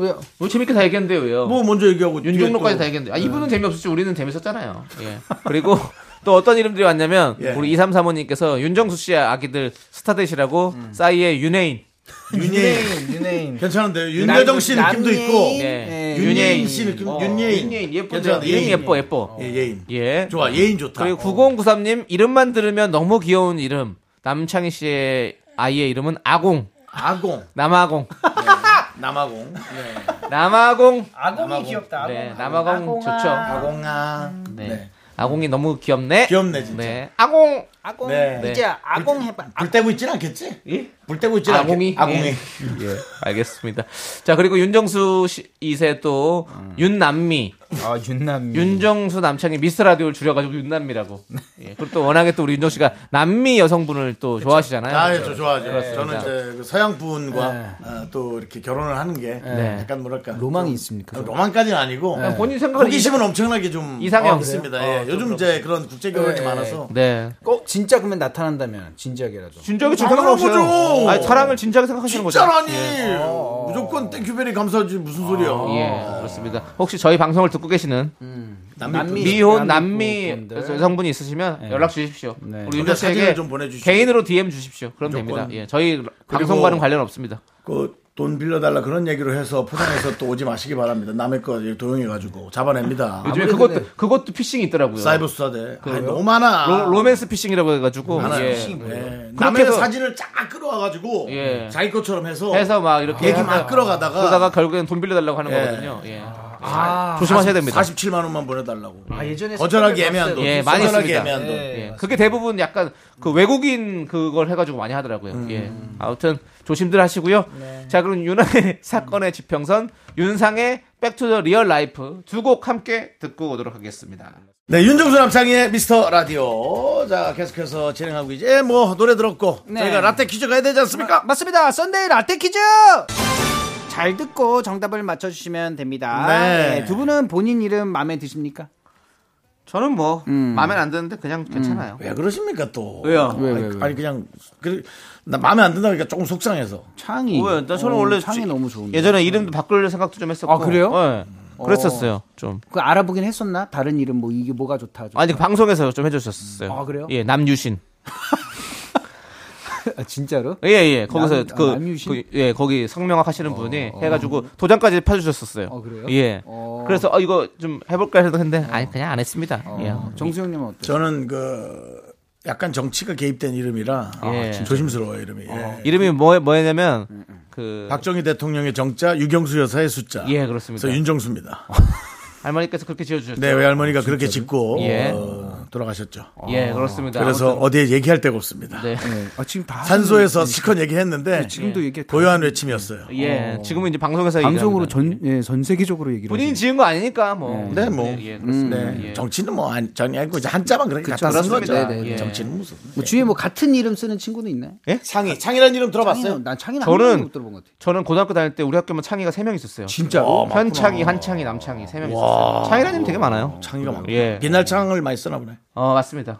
Speaker 3: 왜요?
Speaker 2: 뭐 재밌게 다 얘기했는데요, 왜요?
Speaker 1: 뭐 먼저 얘기하고 뒤에
Speaker 2: 윤종로까지
Speaker 1: 또-
Speaker 2: 다 얘기했는데. 아, 이분은 재미없었지, 우리는 재밌었잖아요. 예. 그리고 또 어떤 이름들이 왔냐면,
Speaker 1: 예.
Speaker 2: 우리 2335님께서 윤정수 씨의 아기들 스타넷이라고, 싸이의 윤혜인.
Speaker 1: 윤예인.
Speaker 3: 윤혜인, 윤혜인. 네.
Speaker 1: 괜찮은데요. 윤여정 씨 느낌도 있고.
Speaker 2: 예.
Speaker 1: 윤예인 씨 느낌.
Speaker 3: 어.
Speaker 1: 윤예인.
Speaker 2: 윤예인, 예쁜데.
Speaker 1: 괜찮아,
Speaker 2: 이름이
Speaker 1: 예인.
Speaker 2: 예뻐, 예뻐.
Speaker 1: 예, 예인.
Speaker 2: 어. 예.
Speaker 1: 좋아, 예인 좋다. 어.
Speaker 2: 그리고 9093님, 이름만 들으면 너무 귀여운 이름. 남창희 씨의 아이의 이름은 아공.
Speaker 1: 아공,
Speaker 2: 남아공.
Speaker 1: 남아공.
Speaker 2: 남아공.
Speaker 3: 아공이 귀엽다.
Speaker 2: 네, 남아공 좋죠.
Speaker 1: 아공아.
Speaker 2: 네.
Speaker 1: 네.
Speaker 2: 아공이 너무 귀엽네.
Speaker 1: 귀엽네, 진짜.
Speaker 2: 네. 아공.
Speaker 3: 아공.
Speaker 1: 네.
Speaker 3: 이제 아공 해봐.
Speaker 1: 불 떼고 있진 않겠지?
Speaker 2: 예?
Speaker 1: 불 떼고 있진
Speaker 2: 아공이.
Speaker 1: 않겠지? 아공이.
Speaker 2: 예. 예, 알겠습니다. 자, 그리고 윤정수 씨, 2세 또, 윤남미.
Speaker 3: 아 윤남.
Speaker 2: 윤정수 남창이 미스 라디오를 줄여가지고 윤남미라고. 예. 그리고 또 워낙에 또 우리 윤정 씨가 남미 여성분을 또 좋아하시잖아요.
Speaker 1: 아, 예, 저 좋아하죠. 저는
Speaker 2: 그렇습니다.
Speaker 1: 이제 그 서양 분과 아, 또 이렇게 결혼을 하는 게
Speaker 2: 네.
Speaker 1: 약간 뭐랄까
Speaker 3: 로망이
Speaker 1: 좀-
Speaker 3: 있습니까?
Speaker 1: 로망까지는 아니고
Speaker 2: 그냥 본인 생각을
Speaker 1: 네. 호기심은 엄청나게 좀
Speaker 2: 네. 이상형.
Speaker 1: 어, 있습니다. 예. 요즘 이제 그런 국제 결혼이 많아서
Speaker 2: 네.
Speaker 3: 꼭 진짜 그러면 나타난다면 진지하게라도.
Speaker 2: 진작에
Speaker 1: 당연한 거죠.
Speaker 2: 아니, 사랑을 예. 진작에 생각하시는 거죠.
Speaker 1: 진짜라니 무조건 땡큐베리 감사하지 무슨 소리야?
Speaker 2: 어. 예, 그렇습니다. 혹시 저희 방송을 듣고 계시는
Speaker 1: 음. 남미 분.
Speaker 2: 미혼
Speaker 3: 남미
Speaker 2: 남미
Speaker 3: 분들.
Speaker 2: 여성분이 있으시면 연락 주십시오.
Speaker 3: 네.
Speaker 2: 우리
Speaker 1: 근데
Speaker 2: 윤정
Speaker 1: 사진을
Speaker 2: 씨에게
Speaker 1: 좀 보내주시죠.
Speaker 2: 개인으로 DM 주십시오. 그럼
Speaker 1: 무조건.
Speaker 2: 됩니다. 예, 저희 방송과는 관련 없습니다.
Speaker 1: 그돈 빌려달라 그런 얘기로 해서 포장해서 또 오지 마시기 바랍니다. 남의 거 도용해가지고 잡아냅니다.
Speaker 2: 요즘에 그것도 네. 그것도 피싱이 있더라고요.
Speaker 1: 사이버 수사대 아니, 너무 많아.
Speaker 2: 로, 로맨스 피싱이라고 해가지고
Speaker 1: 많아요.
Speaker 2: 예.
Speaker 1: 예.
Speaker 2: 그렇게
Speaker 1: 남의
Speaker 2: 해서-
Speaker 1: 사진을 쫙 끌어와가지고
Speaker 2: 예.
Speaker 1: 자기 것처럼 해서
Speaker 2: 해서 막 이렇게
Speaker 1: 얘기
Speaker 2: 하다가-
Speaker 1: 막 끌어가다가
Speaker 2: 그러다가 결국엔 돈 빌려달라고 하는
Speaker 1: 예.
Speaker 2: 거거든요. 예. 아, 조심하셔야 됩니다.
Speaker 1: 47만 원만 보내달라고.
Speaker 3: 아 예전에
Speaker 1: 거절하기 애매한 돈.
Speaker 2: 예, 많이
Speaker 1: 거절하기
Speaker 2: 씁니다.
Speaker 1: 애매한 돈.
Speaker 2: 예, 그게 대부분 약간 그 외국인 그걸 해가지고 많이 하더라고요.
Speaker 1: 음.
Speaker 2: 예. 아무튼 조심들 하시고요.
Speaker 1: 네.
Speaker 2: 자, 그럼 윤아의 사건의 지평선, 윤상의 백투더 리얼 라이프 두 곡 함께 듣고 오도록 하겠습니다.
Speaker 1: 네, 윤정수 남창의 미스터 라디오. 자, 계속해서 진행하고 이제 뭐 노래 들었고 저희가 라떼 퀴즈 가야 되지 않습니까?
Speaker 3: 맞습니다. 썬데이 라떼 퀴즈! 잘 듣고 정답을 맞춰주시면 됩니다.
Speaker 1: 네.
Speaker 3: 네, 두 분은 본인 이름 마음에 드십니까?
Speaker 2: 저는 뭐 마음에 안 드는데 그냥 괜찮아요.
Speaker 1: 왜 그러십니까 또?
Speaker 2: 왜요?
Speaker 1: 아니, 아니, 그냥 그, 나 마음에 안 든다니까 조금 속상해서.
Speaker 3: 창이.
Speaker 2: 왜? 나 네, 저는 원래
Speaker 3: 어, 창이
Speaker 2: 지-
Speaker 3: 너무 좋은데.
Speaker 2: 예전에 이름도 바꿀 생각도 좀 했었고.
Speaker 3: 아, 그래요?
Speaker 2: 예. 그랬었어요. 좀.
Speaker 3: 그 알아보긴 했었나? 다른 이름 뭐 이게 뭐가 좋다. 좋다.
Speaker 2: 아니 그 방송에서 좀 해주셨어요.
Speaker 3: 아, 그래요?
Speaker 2: 예, 남유신.
Speaker 3: 아, 진짜로?
Speaker 2: 예, 예. 거기서
Speaker 3: 남- 아,
Speaker 2: 그,
Speaker 3: 남유신?
Speaker 2: 그- 예, 거기 성명학 하시는 분이 해가지고 도장까지 펴주셨었어요.
Speaker 3: 어, 그래요?
Speaker 2: 예.
Speaker 3: 어.
Speaker 2: 그래서 어, 이거 좀 해볼까 해서 했는데 아니 그냥 안 했습니다.
Speaker 3: 어,
Speaker 2: 예.
Speaker 3: 정수영님은 어때요?
Speaker 1: 저는 그 약간 정치가 개입된 이름이라
Speaker 2: 예.
Speaker 1: 좀 조심스러워요, 이름이. 예.
Speaker 2: 이름이 뭐 뭐였냐면
Speaker 3: 음,
Speaker 2: 그
Speaker 1: 박정희 대통령의 정자, 유경수 여사의 숫자.
Speaker 2: 예, 그렇습니다. 아,
Speaker 1: 그래서 윤정수입니다.
Speaker 2: 할머니께서 그렇게 지어주셨죠.
Speaker 1: 네, 외할머니가 그렇게 짓고
Speaker 2: 예.
Speaker 1: 어, 돌아가셨죠.
Speaker 3: 어.
Speaker 2: 예, 그렇습니다.
Speaker 1: 그래서
Speaker 2: 아무튼,
Speaker 1: 어디에 얘기할 데가 없습니다.
Speaker 2: 네.
Speaker 3: 네. 아, 지금 다.
Speaker 1: 산소에서 실컷 얘기했는데
Speaker 3: 지금도 얘기
Speaker 1: 고요한 외침이었어요.
Speaker 2: 예, 지금은 이제 방송에서
Speaker 3: 방송으로
Speaker 2: 얘기합니다.
Speaker 3: 전, 예, 전 세계적으로 얘기를.
Speaker 2: 본인이
Speaker 3: 하시네.
Speaker 2: 지은 거 아니니까 뭐.
Speaker 1: 네, 뭐.
Speaker 2: 예, 예, 그렇습니다.
Speaker 1: 네.
Speaker 2: 예.
Speaker 1: 정치는 뭐 안- 전혀 아니고 이제 한자만 그렇게 갖다 쓴 거죠.
Speaker 2: 그렇습니다. 네, 네, 네.
Speaker 1: 정치는 무슨
Speaker 3: 뭐 주위에 뭐 같은 이름 쓰는 친구는 있나요?
Speaker 1: 창이 창이라는 이름
Speaker 3: 창이는- 난 창이는 한
Speaker 2: 저는-
Speaker 3: 번도 못 들어본 것 같아요.
Speaker 2: 저는 고등학교 다닐 때 우리 학교만 창이가 세 명 있었어요.
Speaker 1: 진짜로?
Speaker 2: 현창이, 한창이, 남창이 세 명 있었어요. 창이라는 이 되게 많아요.
Speaker 1: 창이가 많고
Speaker 2: 예.
Speaker 1: 빛날 창을 많이 쓰나 보네.
Speaker 2: 어, 맞습니다.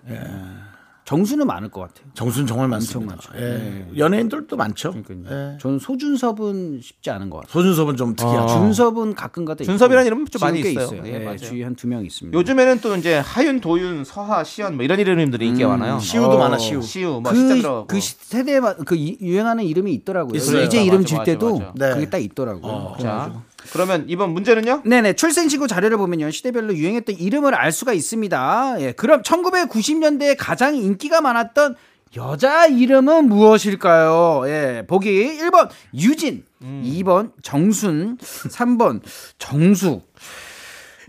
Speaker 3: 정수는 많을 것 같아요.
Speaker 1: 정수는 정말 많습니다. 예. 연예인들도 많죠.
Speaker 3: 그러니까요.
Speaker 1: 예.
Speaker 3: 음. 저는 소준섭은 쉽지 않은 것 같아요.
Speaker 1: 소준섭은 좀 특이하죠.
Speaker 3: 준섭은 가끔가다
Speaker 2: 준섭이라는
Speaker 3: 있고,
Speaker 2: 이름은 좀 많이
Speaker 3: 지금 꽤
Speaker 2: 있어요. 예, 맞아요.
Speaker 3: 주위 한 두 명 있습니다.
Speaker 2: 요즘에는 또 이제 하윤, 도윤, 서하, 시연 뭐 이런 이름들이 인기가 많아요. 어,
Speaker 1: 시우도 많아 시우.
Speaker 2: 시우, 뭐 시자
Speaker 3: 그,
Speaker 2: 들어가고.
Speaker 3: 그 시- 세대만 그 이- 유행하는 이름이 있더라고요.
Speaker 1: 있어요.
Speaker 3: 이제
Speaker 1: 맞아,
Speaker 3: 이름
Speaker 2: 맞아,
Speaker 3: 줄
Speaker 2: 맞아,
Speaker 3: 때도
Speaker 2: 맞아. 어,
Speaker 1: 네.
Speaker 3: 그게 딱 있더라고요.
Speaker 2: 자, 그러면 이번 문제는요?
Speaker 3: 네네 출생신고 자료를 보면요 시대별로 유행했던 이름을 알 수가 있습니다. 예, 그럼 1990년대에 가장 인기가 많았던 여자 이름은 무엇일까요? 예, 보기 1번
Speaker 2: 음.
Speaker 3: 유진, 2번 정순, 3번 정수.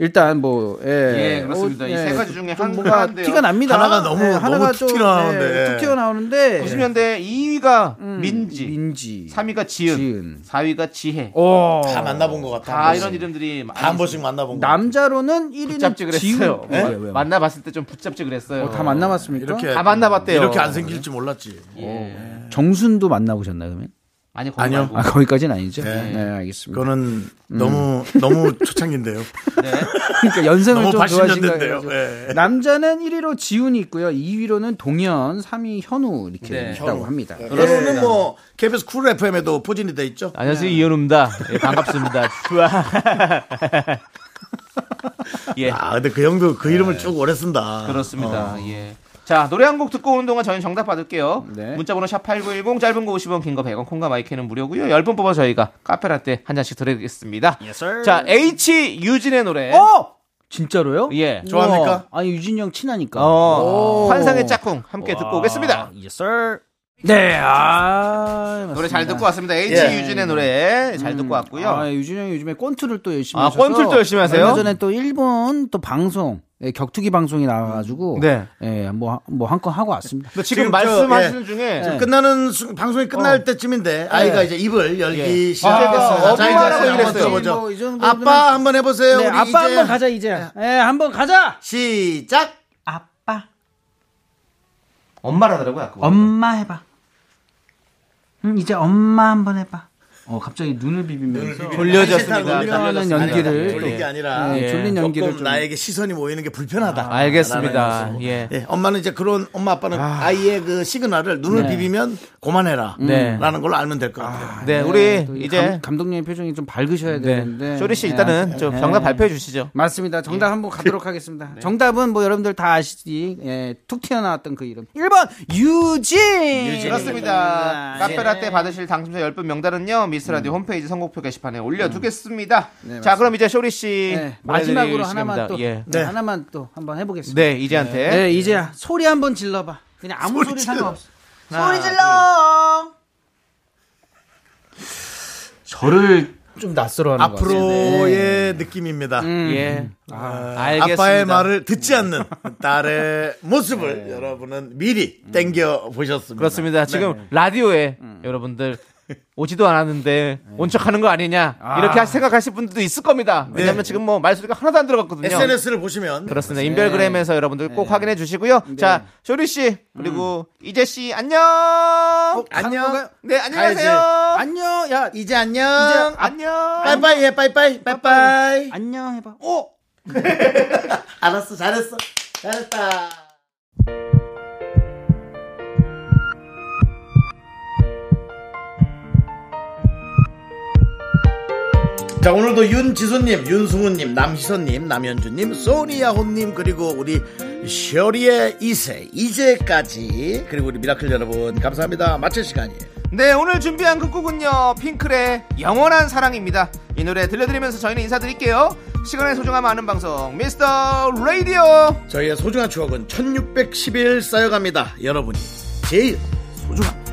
Speaker 3: 일단 뭐 예.
Speaker 2: 예, 그렇습니다. 이세 가지 중에
Speaker 3: 좀
Speaker 2: 한-
Speaker 3: 뭔가
Speaker 2: 하나인데요.
Speaker 3: 티가 납니다. 예,
Speaker 1: 하나가 너무- 너무 툭 튀어나오는데.
Speaker 3: 툭 튀어나오는데
Speaker 2: 90년대 2위가 민지,
Speaker 3: 네. 민지
Speaker 2: 3위가 지은,
Speaker 3: 지은.
Speaker 2: 4위가 지혜.
Speaker 3: 오.
Speaker 1: 다 만나본 것 같아.
Speaker 2: 다
Speaker 1: 한 번씩.
Speaker 2: 이런 이름들이 많이
Speaker 1: 다한 번씩 만나본 것 같아.
Speaker 3: 남자로는 1위는
Speaker 2: 붙잡지
Speaker 3: 지훈.
Speaker 2: 그랬어요.
Speaker 3: 예?
Speaker 2: 어,
Speaker 3: 왜, 왜?
Speaker 2: 만나봤을 때 좀 붙잡지 그랬어요.
Speaker 3: 다 만나봤습니까?
Speaker 1: 이렇게
Speaker 2: 다 만나봤대요. 어.
Speaker 1: 이렇게 안 생길 줄 몰랐지.
Speaker 2: 예.
Speaker 1: 어,
Speaker 3: 정순도 만나보셨나요, 그러면?
Speaker 2: 아니,
Speaker 1: 아니요.
Speaker 2: 아니요.
Speaker 3: 네. 아, 거기까지는 아니죠?
Speaker 1: 네.
Speaker 3: 네, 알겠습니다.
Speaker 1: 그거는 너무 너무 초창기인데요.
Speaker 3: 그러니까 연승을
Speaker 1: 너무
Speaker 3: 좀 네.
Speaker 1: 80년대인데요.
Speaker 3: 좋아하신다 그래가지고.
Speaker 1: 예.
Speaker 3: 남자는 1위로 지훈이 있고요. 2위로는 동현, 3위 현우 이렇게
Speaker 2: 네.
Speaker 3: 있다고 합니다.
Speaker 1: 그거는 뭐 KBS 쿨 FM에도 포진이 돼 있죠.
Speaker 2: 안녕하세요 이현우입니다. 예, 반갑습니다. 좋아. 예,
Speaker 1: 아 근데 그 형도 그 이름을 쭉 오래 쓴다.
Speaker 2: 그렇습니다.
Speaker 1: 어.
Speaker 2: 예. 자 노래 한 곡 듣고 오는 동안 저희는 정답 받을게요.
Speaker 3: 네.
Speaker 2: 문자번호 샵 #8910 짧은 거 50원, 긴 거 100원, 콩과 마이크는 무료고요. 10분 뽑아 저희가 카페라떼 한 잔씩 드리겠습니다. 자 H 유진의 노래.
Speaker 3: 어! 진짜로요?
Speaker 2: 예.
Speaker 1: 좋아합니까?
Speaker 3: 우와. 아니 유진이 형 친하니까.
Speaker 2: 어,
Speaker 3: 오.
Speaker 2: 환상의 짝꿍 함께 듣고 오겠습니다.
Speaker 3: 네. 아,
Speaker 2: 노래
Speaker 3: 맞습니다.
Speaker 2: 잘 듣고 왔습니다. H
Speaker 1: 예.
Speaker 2: 유진의 노래 잘 듣고 왔고요.
Speaker 3: 아, 유진이 형이 요즘에 권투를 또 열심히
Speaker 2: 아,
Speaker 3: 하셔서
Speaker 2: 권투를 또 열심히 하세요?
Speaker 3: 얼마 전에 또 일본 또 방송 예, 격투기 방송이 나와가지고
Speaker 2: 네.
Speaker 3: 예, 뭐뭐한 건 하고 왔습니다.
Speaker 2: 지금,
Speaker 1: 지금 저,
Speaker 2: 말씀하시는
Speaker 1: 예.
Speaker 2: 중에
Speaker 1: 지금 끝나는 순- 방송이 끝날 때쯤인데 아이가 이제 입을 열기
Speaker 2: 어. 네. 예.
Speaker 1: 시작했어요.
Speaker 2: 아,
Speaker 1: 자,
Speaker 2: 어부하라고
Speaker 1: 이제 한번
Speaker 2: 이랬어요.
Speaker 1: 들어보죠.
Speaker 3: 뭐이 정도면-
Speaker 1: 아빠 한번 해보세요. 우리
Speaker 3: 네, 아빠
Speaker 1: 이제
Speaker 3: 한번 가자 이제. 예, 한번 가자.
Speaker 1: 시작.
Speaker 3: 아빠,
Speaker 2: 엄마라더라고요. 아까
Speaker 3: 엄마 해봐. 음, 이제 엄마 한번 해봐. 어, 갑자기 눈을 비비면서
Speaker 2: 졸려졌습니다.
Speaker 3: 하는
Speaker 2: 졸려졌습니다.
Speaker 3: 연기를
Speaker 2: 예.
Speaker 1: 졸린 게 아니라
Speaker 3: 네,
Speaker 2: 예.
Speaker 3: 졸린 연기를
Speaker 1: 조금
Speaker 3: 좀
Speaker 1: 나에게 시선이 모이는 게 불편하다. 라는
Speaker 2: 아, 알겠습니다.
Speaker 1: 말씀으로.
Speaker 2: 예.
Speaker 1: 예, 엄마는 이제 그런 엄마 아빠는 아. 이의그 시그널을 눈을 비비면 그만해라.
Speaker 2: 네.
Speaker 1: 라는 걸로 알면 될 것 같아요.
Speaker 2: 네,
Speaker 3: 네,
Speaker 2: 우리
Speaker 3: 또이
Speaker 2: 이제
Speaker 3: 감, 감독님의 표정이 좀 밝으셔야 되는데.
Speaker 2: 네. 쇼리 씨
Speaker 3: 네,
Speaker 2: 일단은 네.
Speaker 3: 아,
Speaker 2: 좀
Speaker 3: 네.
Speaker 2: 정답 발표해 주시죠.
Speaker 3: 맞습니다. 정답 한번 가도록 하겠습니다.
Speaker 2: 네.
Speaker 3: 정답은 뭐 여러분들 다 아시지. 예, 툭 튀어나왔던 그 이름. 1번 유진.
Speaker 2: 네. 그렇습니다.
Speaker 3: 네.
Speaker 2: 카페라떼 받으실 당첨자 10분 명단은요. 미스라디오 홈페이지 선곡표 게시판에 올려두겠습니다. 자 그럼 이제 쇼리 씨
Speaker 3: 네, 마지막으로
Speaker 2: 보내드릴
Speaker 3: 하나만
Speaker 2: 시간입니다.
Speaker 3: 또
Speaker 2: 예.
Speaker 3: 네, 하나만 또 한번 해보겠습니다.
Speaker 2: 네 이제한테
Speaker 3: 네, 이제야 소리 한번 질러봐. 그냥 아무 소리, 상관없어.
Speaker 2: 아.
Speaker 3: 소리 질러. 저를 좀 낯설어하는
Speaker 2: 네.
Speaker 1: 앞으로의 느낌입니다.
Speaker 2: 예.
Speaker 1: 아,
Speaker 2: 알겠습니다.
Speaker 1: 빠의 말을 듣지 않는 딸의 모습을 여러분은 미리 땡겨 보셨습니다.
Speaker 2: 네. 그렇습니다. 지금 라디오에 여러분들 오지도 않았는데 온 척하는 거 네. 아니냐 이렇게 생각하실 분들도 있을 겁니다. 왜냐하면 지금 뭐 말소리가 하나도 안 들어갔거든요.
Speaker 1: SNS를 보시면
Speaker 2: 그렇습니다. 인별그램에서 여러분들 꼭 확인해 주시고요. 자, 쇼리 씨 그리고 이재 씨 안녕.
Speaker 1: 안녕.
Speaker 2: 네 안녕하세요.
Speaker 1: 어, 가야지.
Speaker 3: 안녕, 야,
Speaker 1: 이제 안녕.
Speaker 2: 안녕. 안녕.
Speaker 1: 빠이빠이 해 빠이빠이 빠이빠이.
Speaker 3: 안녕 해봐.
Speaker 1: 오. 알았어 잘했어 잘했다. 자 오늘도 윤지수님, 윤승우님, 남희선님, 남현주님, 소니아호님 그리고 우리 셔리의 이세 이제까지 그리고 우리 미라클 여러분 감사합니다. 마칠 시간이에요.
Speaker 2: 네 오늘 준비한 끝곡은요 핑클의 영원한 사랑입니다 이 노래 들려드리면서 저희는 인사드릴게요 시간의 소중함 아는 방송 미스터 라디오
Speaker 1: 저희의 소중한 추억은 1611 쌓여갑니다. 여러분이 제일 소중합니다.